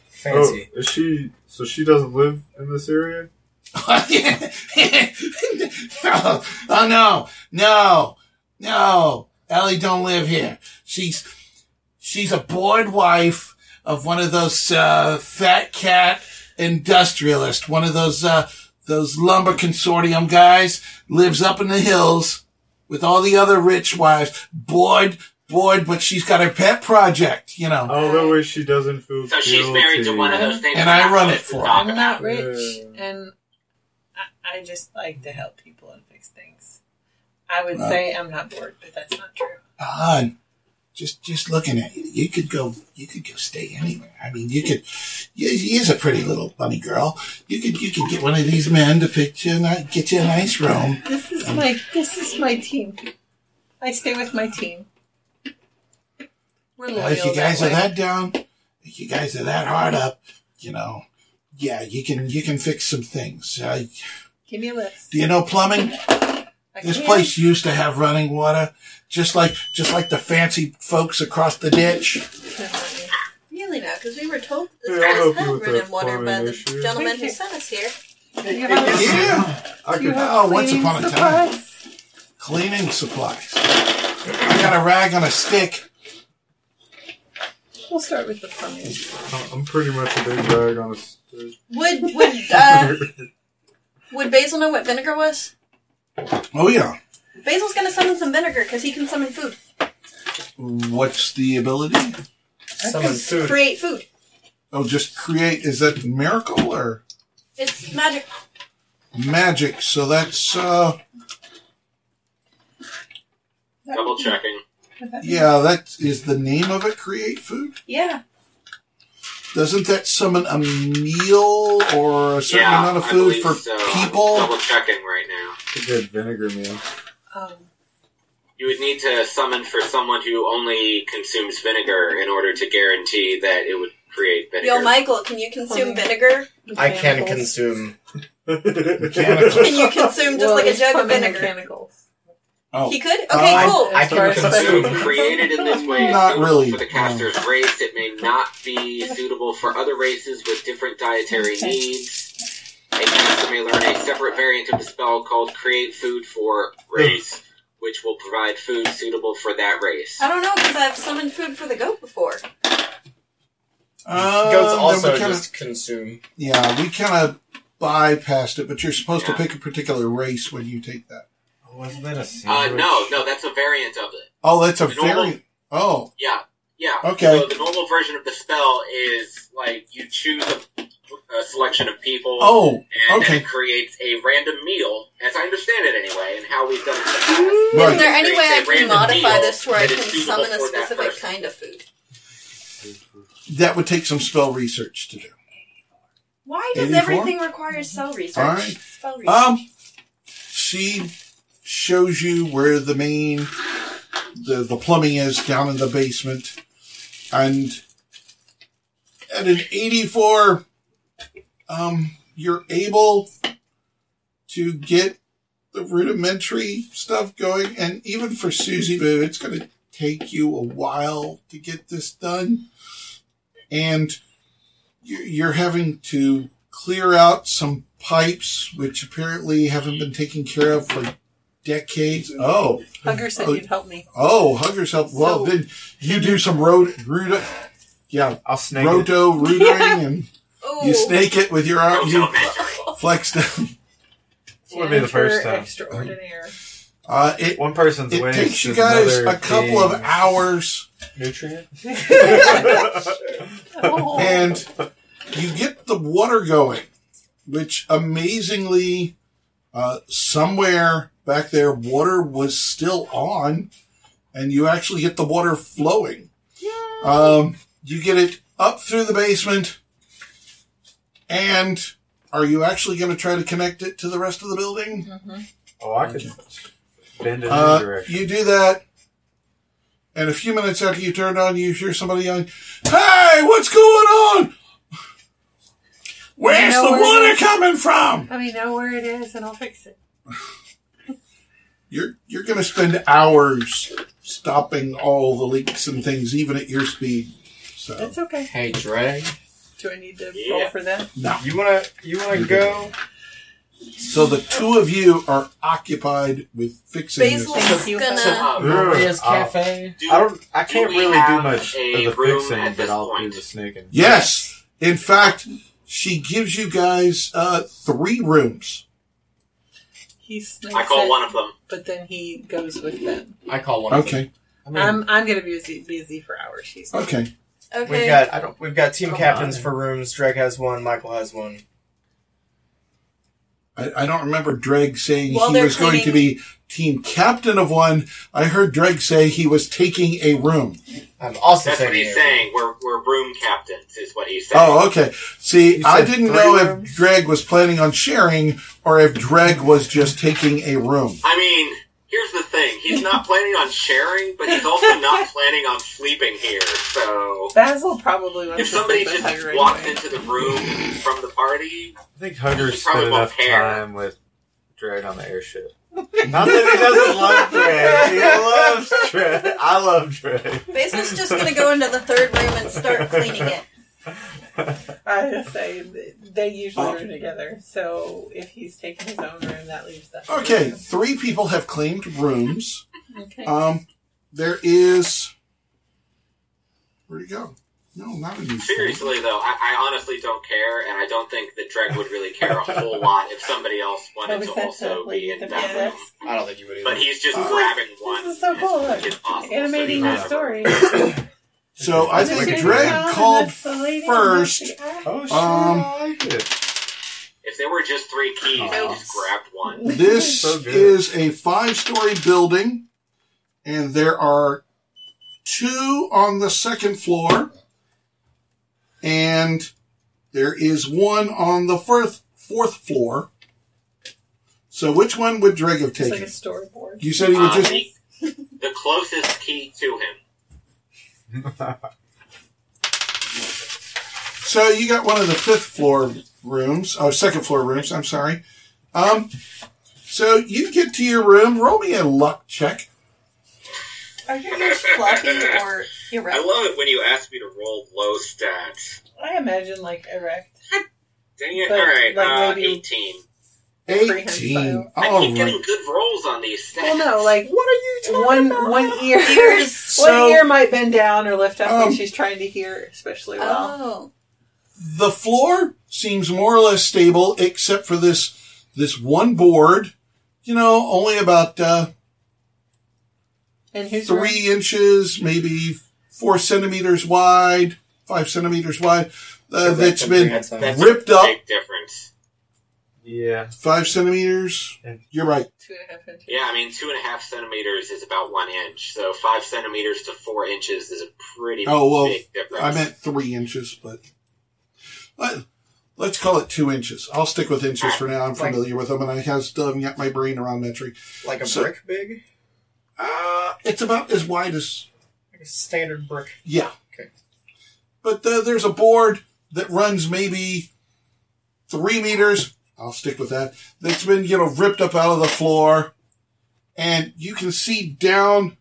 S7: Fancy.
S4: is she? So she doesn't live in this area?
S1: oh, oh, no, no, no. Ellie don't live here. She's, she's a bored wife of one of those, uh, fat cat industrialist, one of those, uh, those lumber consortium guys lives up in the hills with all the other rich wives, bored, bored, but she's got her pet project, you know.
S4: Oh, that way she doesn't feel
S3: Uh, So she's married to one of those things.
S1: And
S3: we're
S1: I
S3: not
S1: run it
S3: supposed to
S1: for
S3: talk
S8: I'm
S3: about.
S8: not rich,
S4: Yeah.
S8: and I, I just like to help people and fix things. I would say I'm not bored, but that's not true.
S1: Ah, just just looking at you, you could go you could go stay anywhere. I mean, you could. You, you is a pretty little bunny girl. You could you could get one of these men to pick you a ni- get you a nice
S8: (laughs)
S1: room.
S8: This is my this is my team. I stay with my team. We're
S1: Now,
S8: loyal.
S1: if you guys
S8: that
S1: are
S8: way.
S1: that down, if you guys are that hard up, you know, yeah, you can you can fix some things. Uh,
S8: give me a list.
S1: do you know plumbing?
S8: I
S1: This
S8: can.
S1: place used to have running water, just like just like the fancy folks across the ditch.
S5: Really now, because we were told that
S4: Yeah, I'll
S5: this
S4: help
S5: place had
S4: you with
S5: running
S4: that
S5: water by
S4: plumbing
S5: uh, the
S4: issue.
S5: gentleman who sent us here.
S8: Do you have a-
S1: Yeah.
S4: I
S8: do you
S4: could,
S8: have
S1: Oh, once upon a
S8: cleaning
S1: time.
S8: supplies?
S1: cleaning supplies. I got a rag on a stick.
S8: We'll start with the plumbing.
S4: I'm- I'm pretty much a big rag on a stick.
S5: Would would uh, would Basil know what vinegar was?
S1: Oh yeah.
S5: Basil's gonna summon some vinegar because he can summon food,
S1: What's the ability?
S7: Summon food.
S5: create food.
S1: Oh, just create. Is that miracle or
S5: It's magic.
S1: magic? So that's uh,
S3: Double checking.
S1: yeah. That is the name of it. Create food.
S5: Yeah.
S1: Doesn't that summon a meal or a certain
S3: yeah,
S1: amount of
S3: I
S1: food
S3: believe
S1: for
S3: so. I'm
S1: people?
S3: Double checking right now.
S4: A good vinegar meal.
S8: Um,
S3: You would need to summon for someone who only consumes vinegar in order to guarantee that it would create vinegar.
S5: Yo, Michael, can you consume
S8: Plumbing.
S5: vinegar?
S7: I can
S8: mechanicals.
S7: consume.
S1: Mechanical.
S4: (laughs)
S5: Can you consume just
S8: Well,
S5: like a
S8: it's
S5: jug of
S8: plumbing
S5: vinegar?
S8: mechanicals.
S1: Oh,
S5: He could. Okay,
S1: I-
S5: cool.
S7: I can
S8: Sorry.
S3: Consume (laughs) created in this way is
S1: Not
S3: suitable
S1: really,
S3: for the
S1: no.
S3: caster's race. It may not be suitable for other races with different dietary needs. A caster may learn a separate variant of the spell called Create Food for Race, which will provide food suitable for that race.
S5: I don't know because I've summoned food for the goat before.
S1: uh,
S7: Goats
S1: then we
S7: also
S1: kinda-
S7: just consume.
S1: yeah. We kind of bypassed it, but you're supposed to
S3: Yeah.
S1: pick a particular race when you take that.
S4: Wasn't that a
S3: Uh, no, no, that's a variant of it.
S1: Oh, that's a
S3: Normal-
S1: very oh.
S3: Yeah, yeah.
S1: Okay.
S3: So the normal version of the spell is like you choose a, a selection of people.
S1: Oh,
S3: And
S1: okay.
S3: then it creates a random meal, as I understand it anyway, and how we've done it in the past.
S1: Right.
S5: Is there any way I can
S3: Random
S5: modify
S3: meal
S5: this to where I
S3: that
S5: can
S3: is suitable
S5: summon a
S3: for that
S5: specific
S3: person?
S5: kind of food?
S1: That would take some spell research to do.
S5: Why
S1: does 84? everything
S5: require spell research?
S1: All right. Um, she shows you where the main the the plumbing is down in the basement, and at an eighty four, um, you're able to get the rudimentary stuff going, and even for Susie Boo, it's going to take you a while to get this done, and you're, you're having to clear out some pipes which apparently haven't been taken care of for decades. Oh,
S8: Hugger said
S1: Oh.
S8: you'd help me.
S1: oh, hug yourself. Well,
S8: So-
S1: then you do some road, root, yeah,
S4: I'll snake it.
S1: roto rooting, and
S5: (laughs)
S1: you
S5: Oh.
S1: snake it with your arm. You flex down.
S4: Wouldn't be the first
S8: Janitor
S4: time.
S8: Extraordinaire.
S1: Uh, it
S4: One person's
S1: it
S4: waste
S1: takes you
S4: is
S1: guys
S4: another
S1: a couple of
S4: being's
S1: hours
S4: Nutrient.
S8: Oh.
S1: and you get the water going, which amazingly, uh, somewhere back there, water was still on, and you actually get the water flowing. Um, you get it up through the basement, and are you actually going to try to connect it to the rest of the building?
S4: Oh, I could bend it in
S1: Uh,
S4: any direction.
S1: you do that, and a few minutes after you turn on, you hear somebody yelling, "Hey, what's going on? Where's
S8: know
S1: the
S8: where it
S1: water
S8: is."
S1: coming from?"
S8: Let me know where it is and I'll fix it.
S1: You're you're going to spend hours stopping all the leaks and things, even at your speed. So
S8: That's okay.
S7: Hey, Dre.
S8: Do I need to roll
S3: Yeah.
S8: for that?
S1: no.
S7: You wanna you wanna go?
S1: So the two of you are occupied with fixing
S5: Basil
S1: this.
S5: is
S8: So-
S5: gonna.
S3: Um,
S7: Oh.
S10: Maria's
S4: I'll-
S10: Cafe.
S3: do-
S4: I don't. I
S3: do
S4: can't
S3: we
S4: really
S3: have
S4: do much of
S3: a
S4: the
S3: room
S4: fixing,
S3: at
S4: but
S3: this
S4: I'll do
S3: point?
S4: the sneaking.
S1: Yes, in fact, she gives you guys uh, three rooms.
S8: He snakes
S3: I call
S8: it,
S3: one of them.
S8: but then he goes with them.
S7: I call one. Of them.
S1: Okay,
S7: I mean,
S8: I'm I'm gonna be busy, busy for hours. She's
S1: okay.
S5: Okay.
S7: we've got I don't, we've got team
S4: Come
S7: captains
S4: on.
S7: for rooms. Drake has one. Michael has one.
S1: I, I don't remember Dreg saying
S5: While
S1: he
S5: they're
S1: was going to
S5: cleaning-
S1: be team captain of one. I heard Dreg say he was taking a room.
S7: I'm also
S3: That's what
S7: taking
S3: he's
S7: a room.
S3: saying. We're, we're room captains, is what he's saying.
S1: Oh, okay. See,
S4: You
S1: I
S4: said
S1: didn't
S4: three
S1: know
S4: rooms?
S1: if Dreg was planning on sharing or if Dreg was just taking a room.
S3: I mean, here's the thing. He's not planning on sharing, but he's also not planning on sleeping here. So
S8: Basil probably wants
S3: if
S8: to
S3: somebody
S8: sleep with
S3: just
S8: her
S3: walks
S8: anyway.
S3: into the room from the party,
S4: I think Hugger's
S3: He probably
S4: spent
S3: won't
S4: enough
S3: care.
S4: time with Dreg on the airship. Not that he doesn't love Dreg. He loves Dreg. I love Dreg.
S5: Basil's just gonna go into the third room and start cleaning it.
S8: I just say that they usually
S7: Oh.
S8: room together. So if he's taking his own room, that leaves that.
S1: Okay, three people have claimed rooms.
S8: Okay.
S1: Um, there is. Where'd he go? No, not in these. things.
S3: seriously though, I, I honestly don't care, and I don't think that Dreg would really care
S1: (laughs)
S3: a whole lot if somebody else
S8: What
S3: wanted
S8: was
S3: to
S8: that? The
S3: also be
S8: lady
S3: in
S8: at the
S3: that
S8: BMX?
S3: room.
S7: I don't think you would either.
S3: But he's just
S1: Uh,
S3: grabbing one.
S8: This is so cool.
S3: as much as possible, so
S8: Animating
S3: you
S8: your
S3: have a-
S8: story.
S1: So I think
S4: Wicked
S1: Dreg called first.
S4: Oh,
S1: Um,
S4: shit. I like it.
S3: If there were just three keys, I would just grabbed one.
S1: This
S4: So good.
S1: is a five story building, and there are two on the second floor, and there is one on the fourth, fourth floor. So, which one would Dreg have
S8: It's like a
S1: taken?
S8: storyboard.
S1: You said he would
S3: Uh,
S1: just.
S3: the, the closest key to him.
S1: So, you got one of the fifth floor rooms, oh, second floor rooms, I'm sorry. Um, so, you get to your room, roll me a luck check.
S5: Are your ears floppy or
S3: I
S5: erect?
S3: love it when you ask me to roll low stats.
S8: I imagine like erect.
S3: Dang it!
S8: But,
S3: All right,
S8: like,
S3: uh,
S8: maybe-
S3: eighteen.
S1: 18.
S3: I keep
S1: All right.
S3: getting good rolls on these stats.
S8: Well, no, like
S4: What are you
S8: one one (laughs) ear.
S5: Ears.
S8: one
S1: So-
S8: ear might bend down or lift up
S1: Um,
S8: when she's trying to hear, especially
S5: Oh.
S8: well.
S1: the floor seems more or less stable except for this this one board you know only about uh,
S8: and who's
S1: three inches maybe four centimeters wide five centimeters wide uh, that's been
S3: That's
S1: ripped
S3: a
S1: up
S3: Big difference.
S4: Yeah.
S1: five centimeters you're right
S8: two and a half inches?
S3: Yeah, I mean, two and a half centimeters is about one inch. So five centimeters to four inches is a pretty
S1: Oh, well,
S3: big difference.
S1: i meant three inches but let, let's call it two inches i'll stick with inches for now i'm
S7: Like-
S1: familiar with them and i have still haven't got my brain around metric
S7: like a
S1: So-
S7: brick big,
S1: uh, it's about as wide as
S7: like a standard brick.
S1: Yeah.
S7: Okay.
S1: But uh, there's a board that runs maybe three meters. I'll stick with that. That's been you know ripped up out of the floor, and you can see down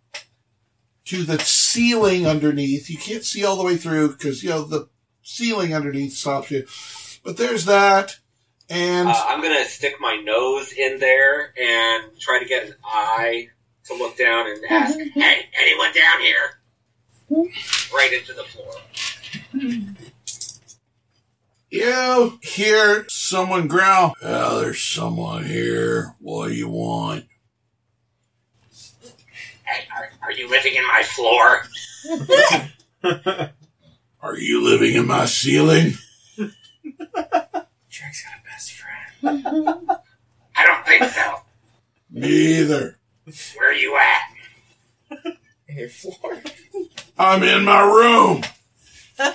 S1: to the ceiling underneath. You can't see all the way through because you know the ceiling underneath stops you. But there's that, and
S3: Uh, I'm gonna stick my nose in there and try to get an eye to look down and ask, "Hey, anyone down here?" Right into the floor.
S1: you hear someone growl. Yeah, there's someone here. What do you want?
S3: Hey, are, are you living in my floor?
S1: Are you living in my ceiling?
S3: I don't think so.
S1: Neither.
S3: Where are you at?
S11: Hey, floor.
S1: I'm in my room.
S3: Hey,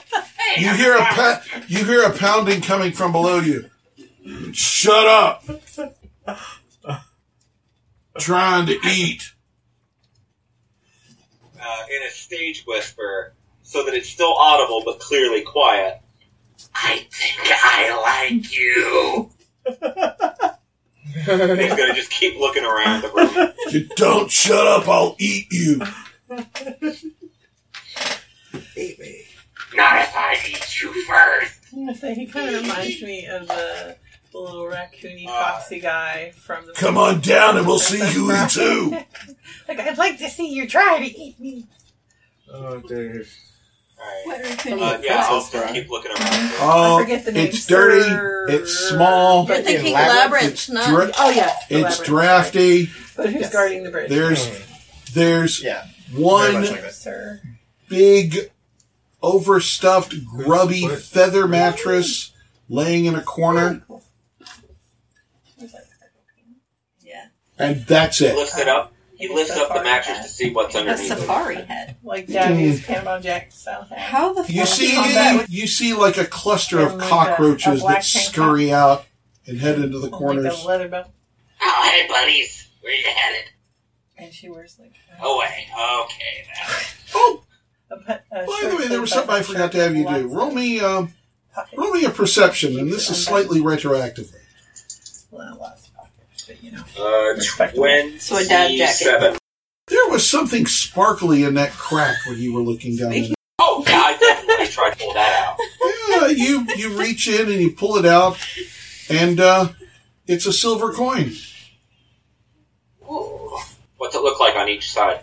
S1: You
S3: I'm
S1: hear a
S3: sorry.
S1: pa- you hear a pounding coming from below you. Shut up. Trying to eat.
S3: uh, in a stage whisper so that it's still audible but clearly quiet. I think I like you. And He's gonna just keep looking around the room.
S1: If you don't shut up, I'll eat you.
S3: Not if I eat you first.
S8: So he kind of reminds me of the little raccoony
S3: Uh,
S8: foxy guy from the.
S1: Come on down and we'll
S8: (laughs)
S1: see
S7: (laughs)
S1: who eats who.
S8: Like I'd like to see you try to eat me.
S7: Oh,
S3: Alright.
S7: dude.
S5: What are we thinking?
S3: Uh, yeah, I'll just keep looking around.
S1: Oh,
S8: I forget the name.
S1: it's dirty.
S8: Sir-
S1: It's small.
S5: You're thinking
S7: Labyrinth,
S1: it's
S5: labyrinth, not
S1: direct-
S8: Oh yeah, the
S1: It's
S8: labyrinth, sorry.
S1: drafty.
S8: But who's
S7: Yes.
S8: guarding the bridge?
S1: There's there's
S7: Yeah. very
S1: one
S7: much like this.
S8: Sir.
S1: big, overstuffed, grubby feather mattress laying in a corner,
S5: Yeah.
S1: and that's
S3: He
S1: it.
S3: lifts it up. He lifts up the mattress to see what's
S5: A
S3: underneath. it.
S5: safari head.
S8: Like
S1: Mm.
S8: Davies, Panama Jack, South Hat.
S5: How the fuck
S1: You see,
S5: is that with-
S1: you see like a cluster of
S8: And like a- a
S1: cockroaches
S8: black
S1: that
S8: tank top.
S1: scurry out and head into the
S8: Like
S1: corners.
S8: the leather belt.
S3: Oh, hey, buddies. Where you headed?
S8: And she wears like a,
S3: Oh, wait. Okay. now.
S1: Oh,
S8: a, put- a
S1: by
S8: short
S1: the way, there was
S8: sleeve
S1: something I
S8: button
S1: forgot
S8: shirt
S1: to have you do.
S8: with
S1: Roll me, um,
S8: lots of
S1: roll me a perception, and this is slightly retroactively.
S8: pockets. Well, lots of pockets, but you know. (laughs)
S3: Uh,
S8: Respectable.
S5: So a dad jacket.
S3: 27.
S1: There was something sparkly in that crack when you were looking down.
S8: (laughs)
S1: in
S3: Oh, yeah, I definitely tried to pull that out.
S1: Yeah, you you reach in and you pull it out, and uh, it's a silver coin.
S3: What's it look like on each side?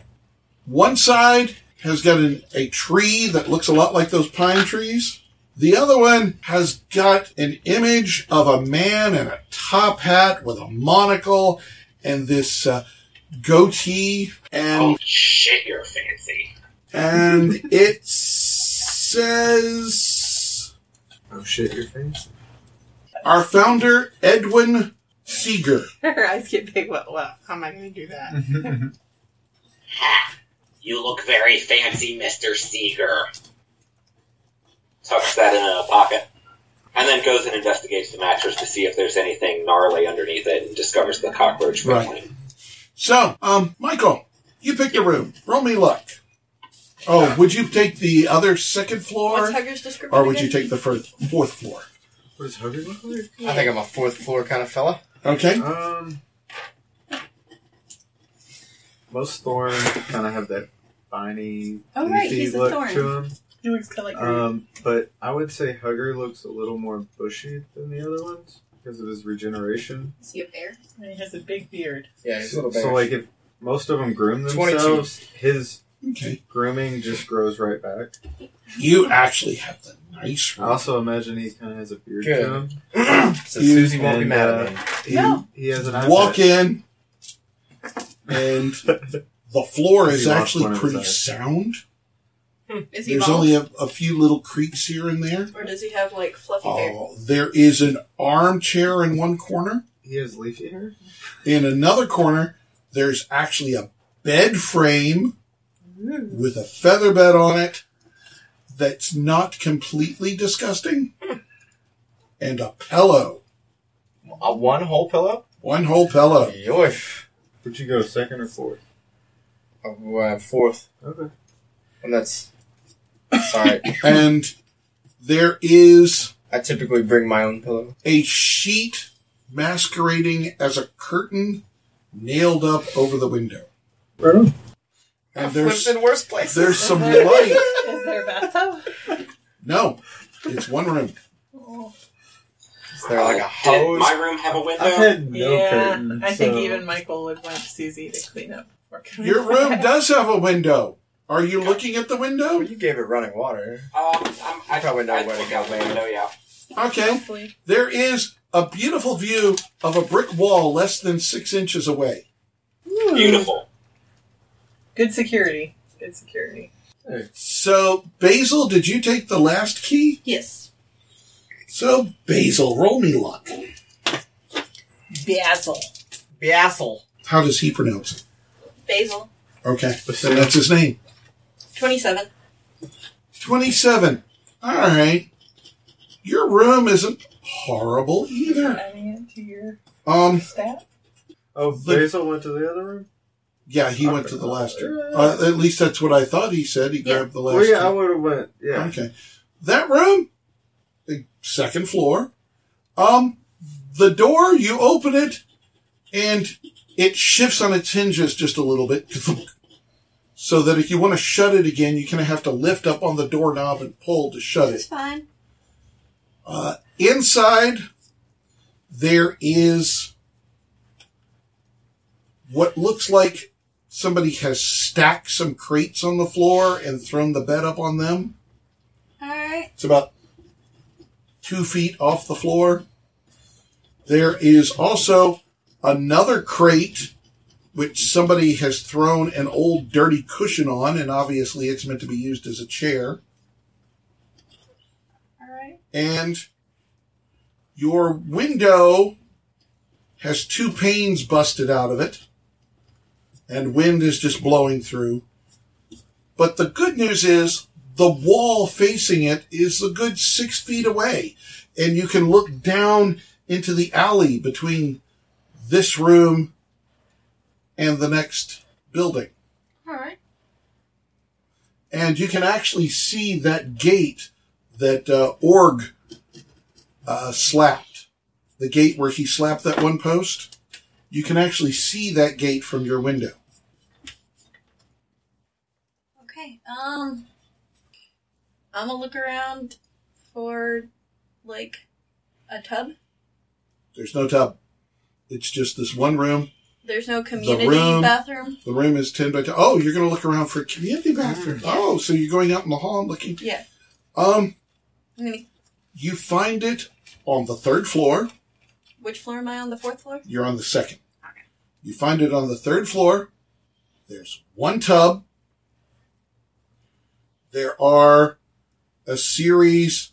S1: One side has got an, a tree that looks a lot like those pine trees. The other one has got an image of a man in a top hat with a monocle and this uh, goatee,
S3: Oh
S1: and
S3: shit, you're fancy.
S1: and it says
S4: Oh shit, your face.
S1: our founder Edwin Seeger.
S8: Her eyes get big. Well, well, how am I going to do that?
S1: Mm-hmm.
S3: You look very fancy, Mr. Seeger. Tucks that in a pocket. And then goes and investigates the mattress to see if there's anything gnarly underneath it and discovers the cockroach
S1: Right.
S3: family.
S1: So, um, Michael, you picked a room. Roll me luck. Oh, would you take the other second floor,
S5: What's Hugger's description?
S1: or would you
S5: again?
S1: take the first, fourth floor?
S4: What does Hugger look like?
S7: I think I'm a fourth floor kind of fella.
S1: Okay.
S4: Um, most thorn kind of have that viney,
S5: Oh, right,
S4: leafy
S5: he's a
S4: look
S5: thorn.
S4: to him.
S8: He looks kind of like
S1: Uh,
S4: Um, but I would say Hugger looks a little more bushy than the other ones because of his regeneration.
S5: Is he a bear?
S8: he has a big beard.
S7: Yeah, he's a little
S4: so,
S7: bearish.
S4: like, if most of them groom
S7: 22.
S4: themselves, his
S1: Okay.
S4: grooming just grows right back.
S1: You actually have the nice
S4: I
S1: room.
S4: also imagine he kind of has a beard
S7: Good.
S4: to him.
S7: so
S1: you-
S7: Susie won't be
S4: and,
S7: mad
S4: uh,
S7: at me.
S4: He,
S8: No.
S4: he has an iPad.
S1: Walk in, and the floor is
S4: He lost one
S1: actually
S4: of his
S1: pretty
S4: eyes.
S1: sound.
S5: Is he
S1: There's
S5: bald?
S1: only a, a few little creaks here and there.
S5: or does he have like fluffy hair?
S1: Oh, there is an armchair in one corner.
S4: He has leafy hair.
S1: In another corner, there's actually a bed frame with a feather bed on it that's not completely disgusting, and a pillow,
S7: A one whole pillow?
S1: one whole pillow.
S7: Yoif.
S4: Would you go second or fourth?
S7: Oh, uh, fourth.
S4: Okay.
S7: And that's. Sorry.
S1: And there is
S7: I typically bring my own pillow.
S1: a sheet masquerading as a curtain nailed up over the window. And
S7: There's
S1: there's
S7: in worse places.
S4: (laughs)
S1: there's some light.
S8: (laughs) Is there a bathtub?
S1: No, it's one room.
S7: Is there like a
S3: Did
S7: hose?
S3: my room have a
S4: I've
S3: window?
S4: had no
S8: yeah,
S4: curtain.
S8: I think
S4: so-
S8: even Michael would want Susie to clean up. before coming
S1: Your room
S8: back.
S1: does have a window. Are you looking at the
S7: Well,
S1: window?
S7: you gave it running water.
S3: Um, I'm, I
S7: Probably know
S3: I'd
S7: where to
S3: look
S7: go,
S3: out the
S7: man.
S3: window, yeah.
S1: Okay.
S8: Hopefully.
S1: There is a beautiful view of a brick wall less than six inches away.
S3: Beautiful.
S8: Good security. Good security.
S1: So, Basil, did you take the last key?
S5: Yes.
S1: So, Basil, roll me luck.
S8: Basil.
S7: Basil.
S1: How does he pronounce it?
S5: Basil.
S1: Okay, so that's his name.
S5: 27.
S1: 27. All right. Your room isn't horrible either.
S8: Adding it to your
S1: Um,
S8: stat.
S4: Oh, Basil went to the other room.
S1: yeah, he went to the last room. Uh, at least that's what I thought he said. He grabbed the last
S4: Well, yeah, I
S1: room.
S4: would have went. Yeah,
S1: Okay. That room, the second floor. Um, the door, you open it and it shifts on its hinges just a little bit. (laughs) So that if you want to shut it again, you kind of have to lift up on the doorknob and pull to shut it.
S5: It's fine.
S1: Inside, there is what looks like somebody has stacked some crates on the floor and thrown the bed up on them.
S5: All right.
S1: It's about two feet off the floor. There is also another crate which somebody has thrown an old dirty cushion on, and obviously it's meant to be used as a chair.
S5: All right.
S1: And your window has two panes busted out of it, and wind is just blowing through. But the good news is the wall facing it is a good six feet away, and you can look down into the alley between this room and the next building.
S5: All right.
S1: And you can actually see that gate that uh, Org uh, slapped. The gate where he slapped that one post. You can actually see that gate from your window.
S5: Okay. Um, I'm gonna look around for like a tub.
S1: There's no tub. It's just this one room.
S5: There's no community
S1: room.
S5: bathroom.
S1: The room is 10 by 10. Oh, you're going to look around for a community bathroom. Oh, so you're going out in the hall and looking.
S5: Yeah.
S1: Um,
S5: I'm gonna.
S1: you find it on the third floor.
S5: Which floor am I on? The fourth floor.
S1: You're on the second. You find it on the third floor. There's one tub. There are a series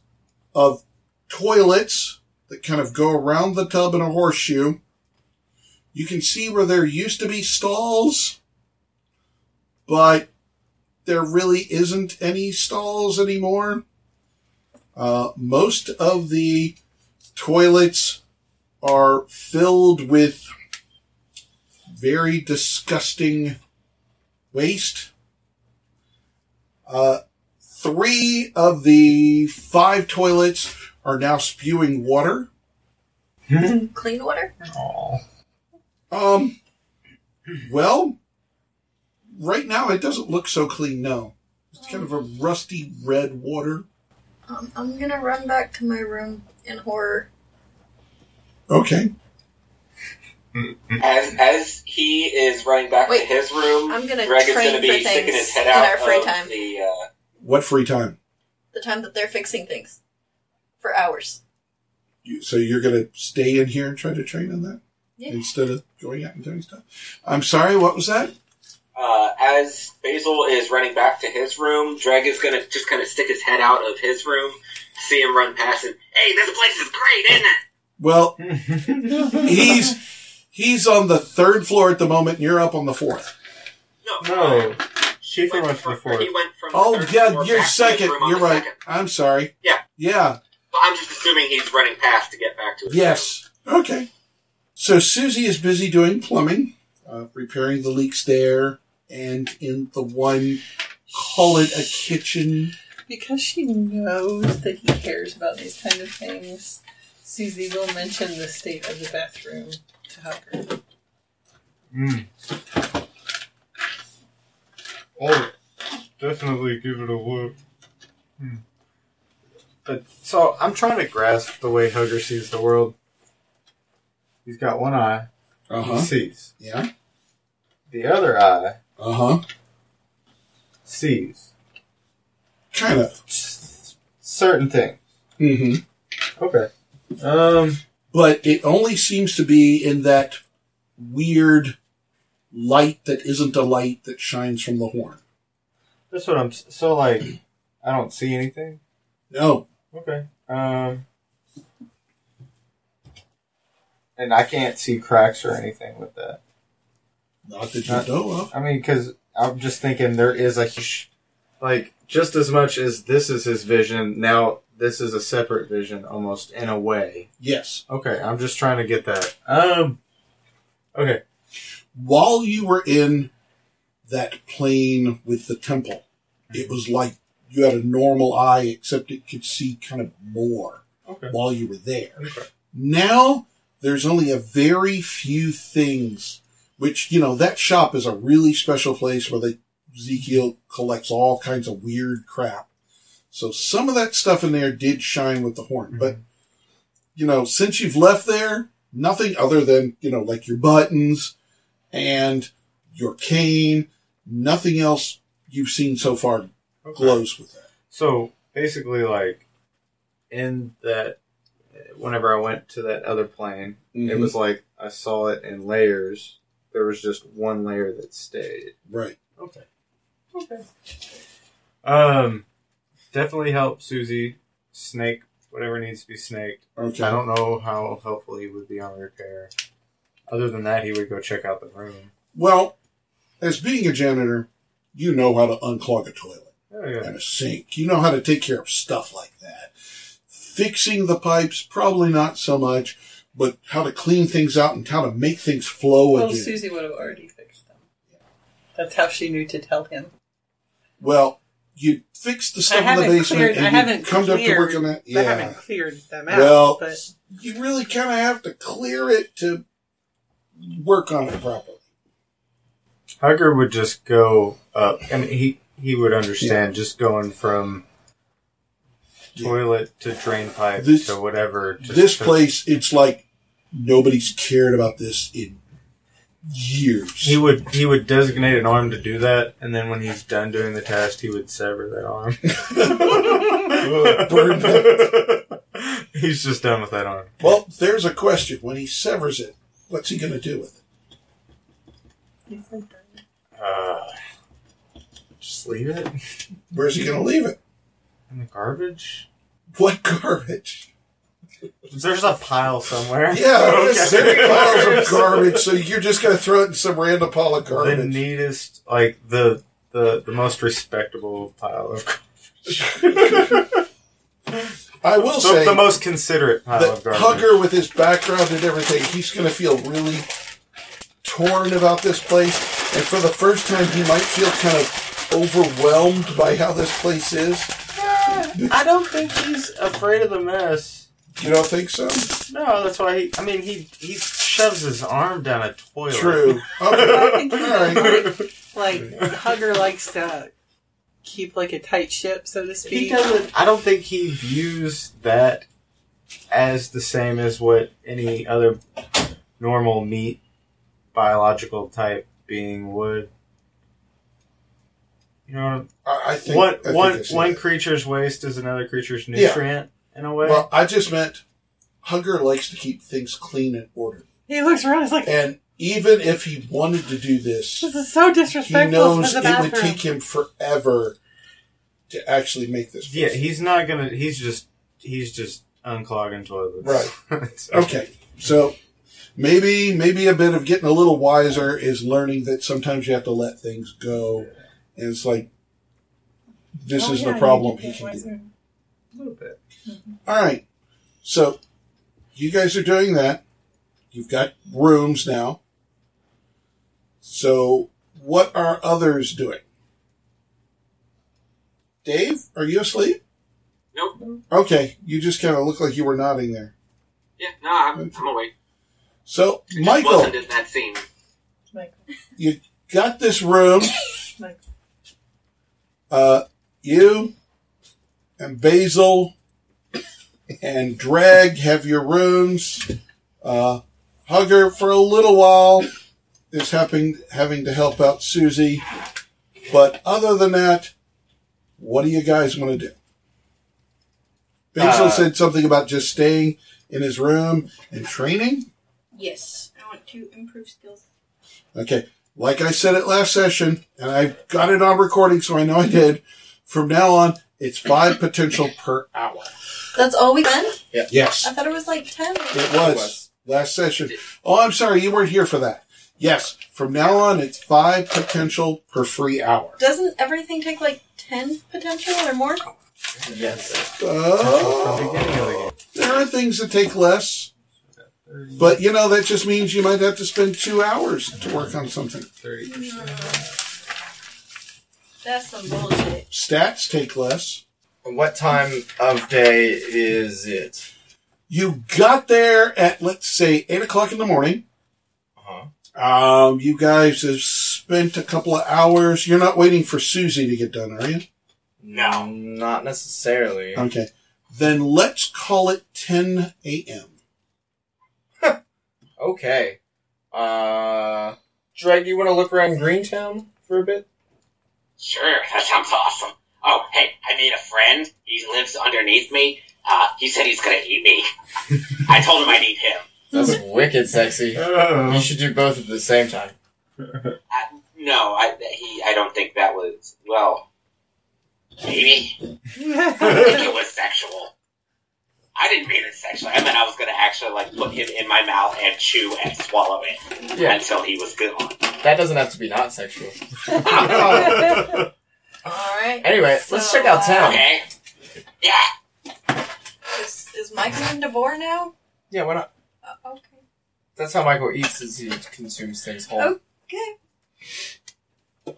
S1: of toilets that kind of go around the tub in a horseshoe. You can see where there used to be stalls, but there really isn't any stalls anymore. Uh, most of the toilets are filled with very disgusting waste. Uh, three of the five toilets are now spewing water. Mm-hmm.
S5: Clean water.
S1: Um, well, right now it doesn't look so clean, no. It's kind of a rusty red water.
S5: Um, I'm gonna run back to my room in horror.
S1: Okay.
S3: As as he is running back
S5: Wait,
S3: to his room,
S5: I'm gonna
S3: Greg is
S5: train
S3: going to be
S5: for
S3: sticking
S5: things
S3: his head
S5: in
S3: out
S5: our free
S3: of
S5: time.
S3: the. Uh,
S1: What free time?
S5: The time that they're fixing things for hours.
S1: You, so you're going to stay in here and try to train on that
S5: Yeah.
S1: instead of going out and doing stuff? I'm sorry, what was that?
S3: uh, as Basil is running back to his room, Dreg is going to just kind of stick his head out of his room, see him run past, and hey, this place is great, isn't it?
S1: Well, he's he's on the third floor at the moment, and you're up on the fourth.
S3: No,
S4: no,
S3: He
S4: she
S3: went
S4: threw us
S3: from-
S4: before.
S3: He went from the
S1: Oh
S3: third
S1: yeah,
S3: floor
S1: you're
S3: back to his
S1: second.
S3: room on
S1: You're
S3: the
S1: right.
S3: second.
S1: I'm sorry.
S3: Yeah.
S1: Yeah.
S3: But I'm just assuming he's running past to get back to his
S1: Yes. Okay. So Susie is busy doing plumbing, uh, repairing the leaks there, and in the one call it a kitchen.
S8: Because she knows that he cares about these kind of things, Susie will mention the state of the bathroom to Hugger.
S4: Mm. Oh, definitely give it a look. Hmm. But so I'm trying to grasp the way Hugger sees the world. He's got one eye.
S1: Uh
S4: He sees.
S1: Yeah.
S4: The other eye
S1: Uh huh.
S4: sees
S1: Kind of.
S4: certain things.
S1: Mm-hmm.
S4: Okay. Um.
S1: but it only seems to be in that weird light that isn't a light that shines from the horn.
S4: That's what I'm. s- So like, I don't see anything.
S1: No,
S4: Okay. Um. and I can't see cracks or anything with that.
S9: Not that you
S4: Not-
S9: know of.
S4: I mean, because I'm just thinking there is a huge.
S7: Like, just as much as this is his vision, now this is a separate vision almost in a way.
S9: Yes.
S4: Okay, I'm just trying to get that. Um. Okay.
S9: While you were in that plane with the temple, it was like you had a normal eye, except it could see kind of more
S4: Okay.
S9: while you were there.
S4: Okay.
S9: Now there's only a very few things, which, you know, that shop is a really special place where they, Ezekiel collects all kinds of weird crap. So some of that stuff in there did shine with the horn, but you know, since you've left there, nothing other than, you know, like your buttons and your cane, nothing else you've seen so far glows with that.
S4: So basically, like in that, whenever I went to that other plane, it
S9: Mhm.
S4: was like I saw it in layers. There was just one layer that stayed.
S9: Right.
S4: Okay. Okay. Um, definitely help Susie snake whatever needs to be snaked.
S9: Okay.
S4: I don't know how helpful he would be on repair. Other than that, he would go check out the room.
S9: Well, as being a janitor, you know how to unclog a toilet
S4: Oh, yeah.
S9: and a sink. You know how to take care of stuff like that. Fixing the pipes, probably not so much, but how to clean things out and how to make things flow
S8: Well,
S9: again.
S8: Susie would have already fixed them. That's how she knew to tell him.
S9: well, you fix the stuff in the basement
S8: I
S9: and you
S8: haven't
S9: come up to
S8: cleared-
S9: work on that.
S8: I
S9: Yeah.
S8: haven't cleared them out.
S9: Well, (laughs)
S8: but
S9: you really kind of have to clear it to work on it properly.
S4: Hugger would just go up, and he he would understand just going from
S9: Yeah.
S4: toilet to drain pipe
S9: This-
S4: to whatever. Just
S9: this
S4: to-
S9: place, it's like nobody's cared about this in years.
S4: He would he would designate an arm to do that, and then when he's done doing the task, he would sever that arm. (laughs)
S9: burn
S4: he's just done with that arm.
S9: Well, there's a question. When he severs it, what's he going to do with it?
S4: Uh, just leave it
S9: Where's he going to leave it?
S4: in the garbage.
S9: What garbage?
S4: There's a pile (laughs) somewhere.
S9: Yeah, there's six piles of
S4: There's-
S9: garbage, so you're just going to throw it in some random pile of
S4: The
S9: garbage.
S4: neatest, like the the the most respectable pile of (laughs) garbage.
S9: I will
S4: The,
S9: say
S4: the most considerate pile
S9: that
S4: of garbage.
S9: Hugger, with his background and everything, he's going to feel really torn about this place. And for the first time, he might feel kind of overwhelmed by how this place is.
S4: I don't think he's afraid of the mess.
S9: You don't think so?
S4: No, that's why he. I mean, he he shoves his arm down a toilet. (laughs)
S9: True.
S8: I
S1: Oh,
S9: Okay.
S8: think he
S9: Alright.
S8: like, like Hugger likes to keep like a tight ship, so to
S4: He
S8: speak.
S4: doesn't. I don't think he views that as the same as what any other normal meat biological type being would. You know,
S9: I, I think
S4: one
S9: I think
S4: one
S9: I see
S4: one
S9: that.
S4: creature's waste is another creature's
S9: Yeah.
S4: nutrient in a way.
S9: Well, I just meant Hugger likes to keep things clean and ordered.
S8: He looks around. He's like,
S9: And even if he wanted to do this,
S8: "This is so
S9: he
S8: disrespectful
S9: knows
S8: to the
S9: it
S8: bathroom."
S9: would take him forever to actually make this.
S4: yeah, he's not gonna. He's just he's just unclogging toilets. (laughs) Right.
S9: Okay. So maybe maybe a bit of getting a little wiser is learning that sometimes you have to let things go. And it's like this
S8: Oh,
S9: isn't
S8: yeah,
S9: a
S8: you
S9: problem
S8: did
S9: he
S8: get
S9: can
S8: (laughs)
S9: do.
S8: wiser.
S4: A little bit.
S9: All right. So you guys are doing that. You've got rooms now. So what are others doing? Dave, are you asleep?
S3: Nope.
S9: Okay, you just kind of look like you were nodding there.
S3: Yeah, no, I'm, I'm awake.
S9: So
S3: It just
S9: Michael,
S3: wasn't in that scene.
S9: got this room.
S8: Michael.
S9: Uh, you and Basil and Dreg have your rooms. Uh, Hugger for a little while is having having to help out Susie, but other than that, what do you guys want to do? Basil
S4: Uh,
S9: said something about just staying in his room and training.
S6: Yes, I want to improve skills.
S9: Okay. Like I said at last session, and I've got it on recording, so I know I did. From now on, it's five potential per hour.
S5: That's all we spent?
S9: Yes. (laughs)
S5: I thought it was like 10.
S9: It was. Last session. Oh, I'm sorry, you weren't here for that. Yes, from now on, it's five potential per free hour.
S5: Doesn't everything take like 10 potential or more?
S7: Yes.
S9: Oh,
S4: Beginning of the game.
S9: there are things that take less, but you know, that just means you might have to spend two hours to work on something.
S2: 30%.
S5: That's some bullshit.
S9: (laughs) Stats take less.
S7: And What time of day is it?
S9: You got there at let's say eight o'clock in the morning.
S7: Uh-huh.
S9: Um, you guys have spent a couple of hours. You're not waiting for Susie to get done, are you?
S7: No. Not necessarily.
S9: Okay. Then let's call it 10 a.m.
S7: Okay. Uh,
S2: Drake, you want to look around Greentown for a bit?
S3: Sure, that sounds awesome. Oh, hey, I made a friend. He lives underneath me. Uh, he said he's gonna eat me. (laughs) I told him I need him.
S7: that's (laughs) wicked sexy. You should do both at the same time.
S3: Uh, no, I he. I don't think that was well. Maybe I think it was sexual. I didn't mean it sexually. I meant I was gonna actually like put him in my mouth and chew and swallow it
S7: Yeah,
S3: until he was gone.
S7: that doesn't have to be not sexual.
S5: Alright.
S7: Anyway, let's check out
S5: uh,
S7: town.
S3: Okay. Yeah.
S5: Is, is Michael in DeVore now?
S7: Yeah, why not?
S5: Uh, okay.
S7: That's how Michael eats is he consumes things whole.
S5: Oh. Okay.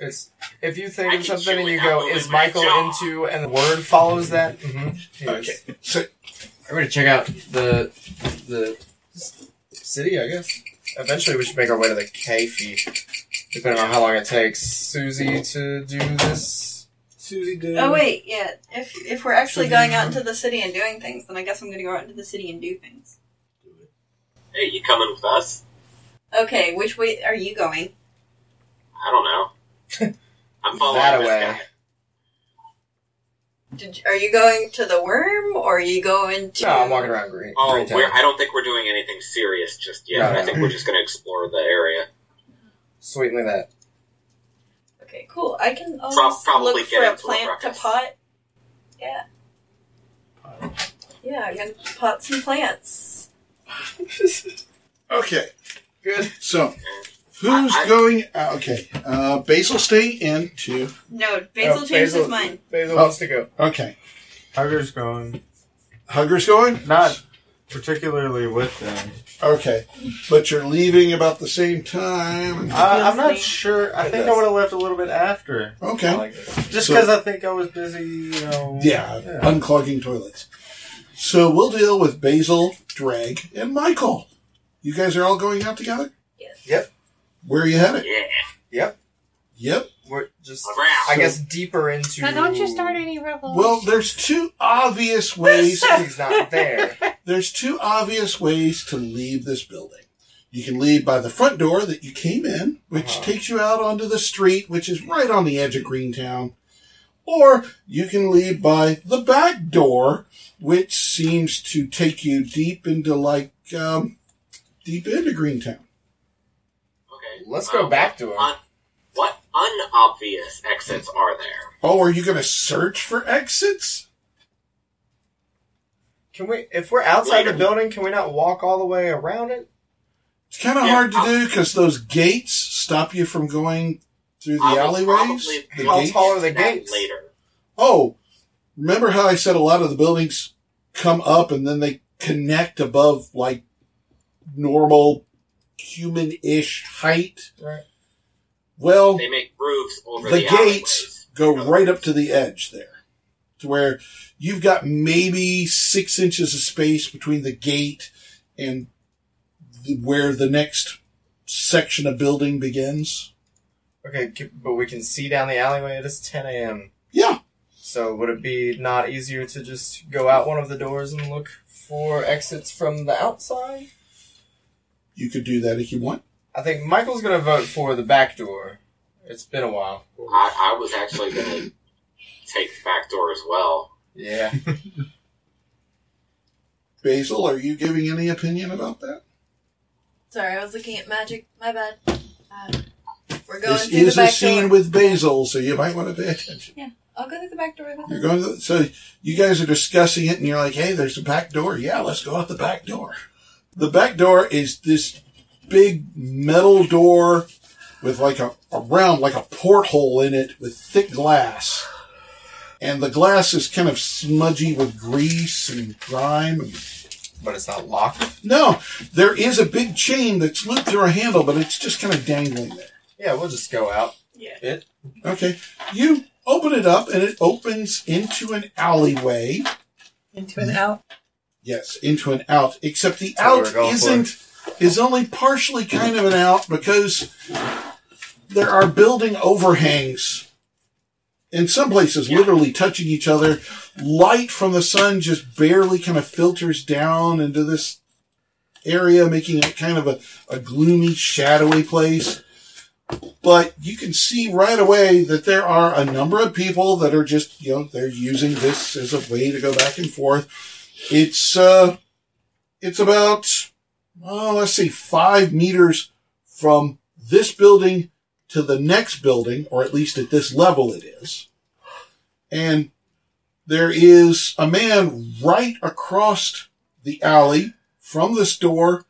S7: It's if you
S3: I
S7: think
S3: can
S7: of something
S3: chew
S7: and
S3: it
S7: you
S3: out
S7: go,
S3: with
S7: "Is
S3: my
S7: Michael
S3: jaw."
S7: into?" and the word follows
S9: (laughs)
S7: that. Mm-hmm.
S9: Okay. So
S7: We're gonna check out the the c- city, I guess. Eventually, we should make our way to the cafe, depending on how long it takes Susie to do this.
S2: Susie did.
S5: Oh wait, yeah. If if we're actually going out into the city and doing things, then I guess I'm going to go out into the city and do things.
S3: Hey, you coming with us?
S5: Okay, which way are you going?
S3: I don't know.
S7: (laughs)
S3: I'm following
S7: That
S3: this
S7: away.
S3: guy.
S5: Did, are you going to the worm, or are you going to?
S7: No, I'm walking around green.
S3: Oh,
S7: Greentown.
S3: we're, I don't think we're doing anything serious just yet.
S7: No,
S3: I
S7: no.
S3: think we're just going to explore the area.
S7: Sweetly that.
S5: Okay, cool. I can always
S3: probably
S5: look
S3: get
S5: for a
S3: into a
S5: plant to
S3: ruckus.
S5: pot. Yeah. Yeah, I'm going to pot some plants.
S9: okay,
S7: Good.
S9: so who's
S3: I- I-
S9: going? Uh, okay, uh, Basil stay in too.
S5: No, Basil
S7: Oh,
S5: changed
S7: Basil-
S5: his mind.
S7: Basil
S9: Oh.
S7: wants to go.
S9: Okay,
S4: Hugger's going.
S9: Hugger's going.
S4: Not particularly with them.
S9: Okay, but you're leaving about the same time.
S4: Uh, I'm not
S5: Yes,
S4: sure. I
S7: It
S4: think I
S7: does.
S4: would have left a little bit
S9: (laughs)
S4: after.
S9: Okay,
S7: like this.
S4: Just
S9: So-
S4: because I think I was busy, you know.
S9: Yeah, unclogging toilets. So we'll deal with Basil, Drag, and Michael. You guys are all going out together?
S5: Yes.
S7: Yep.
S9: Where are you headed?
S3: Yeah.
S9: Yep.
S7: We're just,
S3: Around.
S7: I guess, deeper into.
S8: Now don't you start (laughs) any rebels.
S9: Well, there's two obvious ways.
S7: He's not there.
S9: there's two obvious ways to leave this building. You can leave by the front door that you came in, which
S7: Uh-huh.
S9: takes you out onto the street, which is right on the edge of Greentown. Or you can leave by the back door, which seems to take you deep into like, um, deep into Greentown.
S3: Okay. Um,
S7: Let's go back to him.
S3: Un- what unobvious exits are there?
S9: Oh, are you going to search for exits?
S7: Can we? If we're outside the
S3: Later.
S7: building, can we not walk all the way around it?
S9: It's kind of
S3: Yeah,
S9: hard to
S3: I'll-
S9: do because those gates stop you from going through the
S3: I will
S9: alleyways.
S3: probably-
S9: The
S7: How
S9: gates.
S7: tall are the
S3: That
S7: gates?
S3: Later.
S9: Oh, remember how I said a lot of the buildings come up and then they connect above like normal human-ish height?
S7: Right.
S9: Well,
S3: They make roofs over
S9: the,
S3: the,
S9: gates
S3: alleyways.
S9: go right up to the edge there to where you've got maybe six inches of space between the gate and the, where the next section of building begins
S7: Okay, c- but we can see down the alleyway. It is 10 a.m.
S9: yeah
S7: So would it be not easier to just go out one of the doors and look for exits from the outside?
S9: you could do that if you want
S7: I think Michael's gonna vote for the back door. It's been a while.
S3: I, I was actually going to take the back door as well.
S7: Yeah.
S9: (laughs) basil are you giving any opinion about that
S5: Sorry, I was looking at magic. My bad. Um, we're going
S9: this
S5: through
S9: is
S5: the
S9: a
S5: back
S9: scene
S5: door.
S9: with basil so you might want to pay attention
S5: I'll go through the back door with
S9: you're
S5: him.
S9: going to, so you guys are discussing it and you're like hey there's a back door yeah let's go out the back door The back door is this big metal door with like a, a round, like a porthole in it with thick glass. And the glass is kind of smudgy with grease and grime. And,
S7: But it's not locked.
S9: no, there is a big chain that's looped through a handle, but it's just kind of dangling there.
S7: Yeah, we'll just go out.
S5: Yeah.
S7: It.
S9: Okay, you open it up and it opens into an alleyway.
S8: Into and out.
S9: Yes, into an out. Except the
S7: That's what we're
S9: out
S7: going for.
S9: isn't is only partially kind of an out because there are building overhangs in some places literally touching each other. Light from the sun just barely kind of filters down into this area, making it kind of a, a gloomy, shadowy place. But you can see right away that there are a number of people that are just, you know, they're using this as a way to go back and forth. It's uh, it's about oh, let's see, five meters from this building to the next building, or at least at this level it is. And there is a man right across the alley from this door.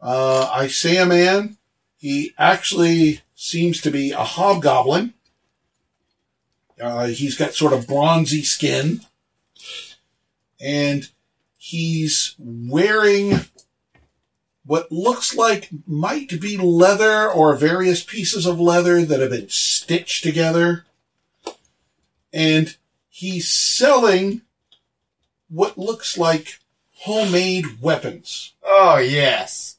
S9: Uh, I say a man. He actually seems to be a hobgoblin. Uh, he's got sort of bronzy skin. And he's wearing what looks like might be leather or various pieces of leather that have been stitched together. And he's selling what looks like homemade weapons.
S7: Oh yes,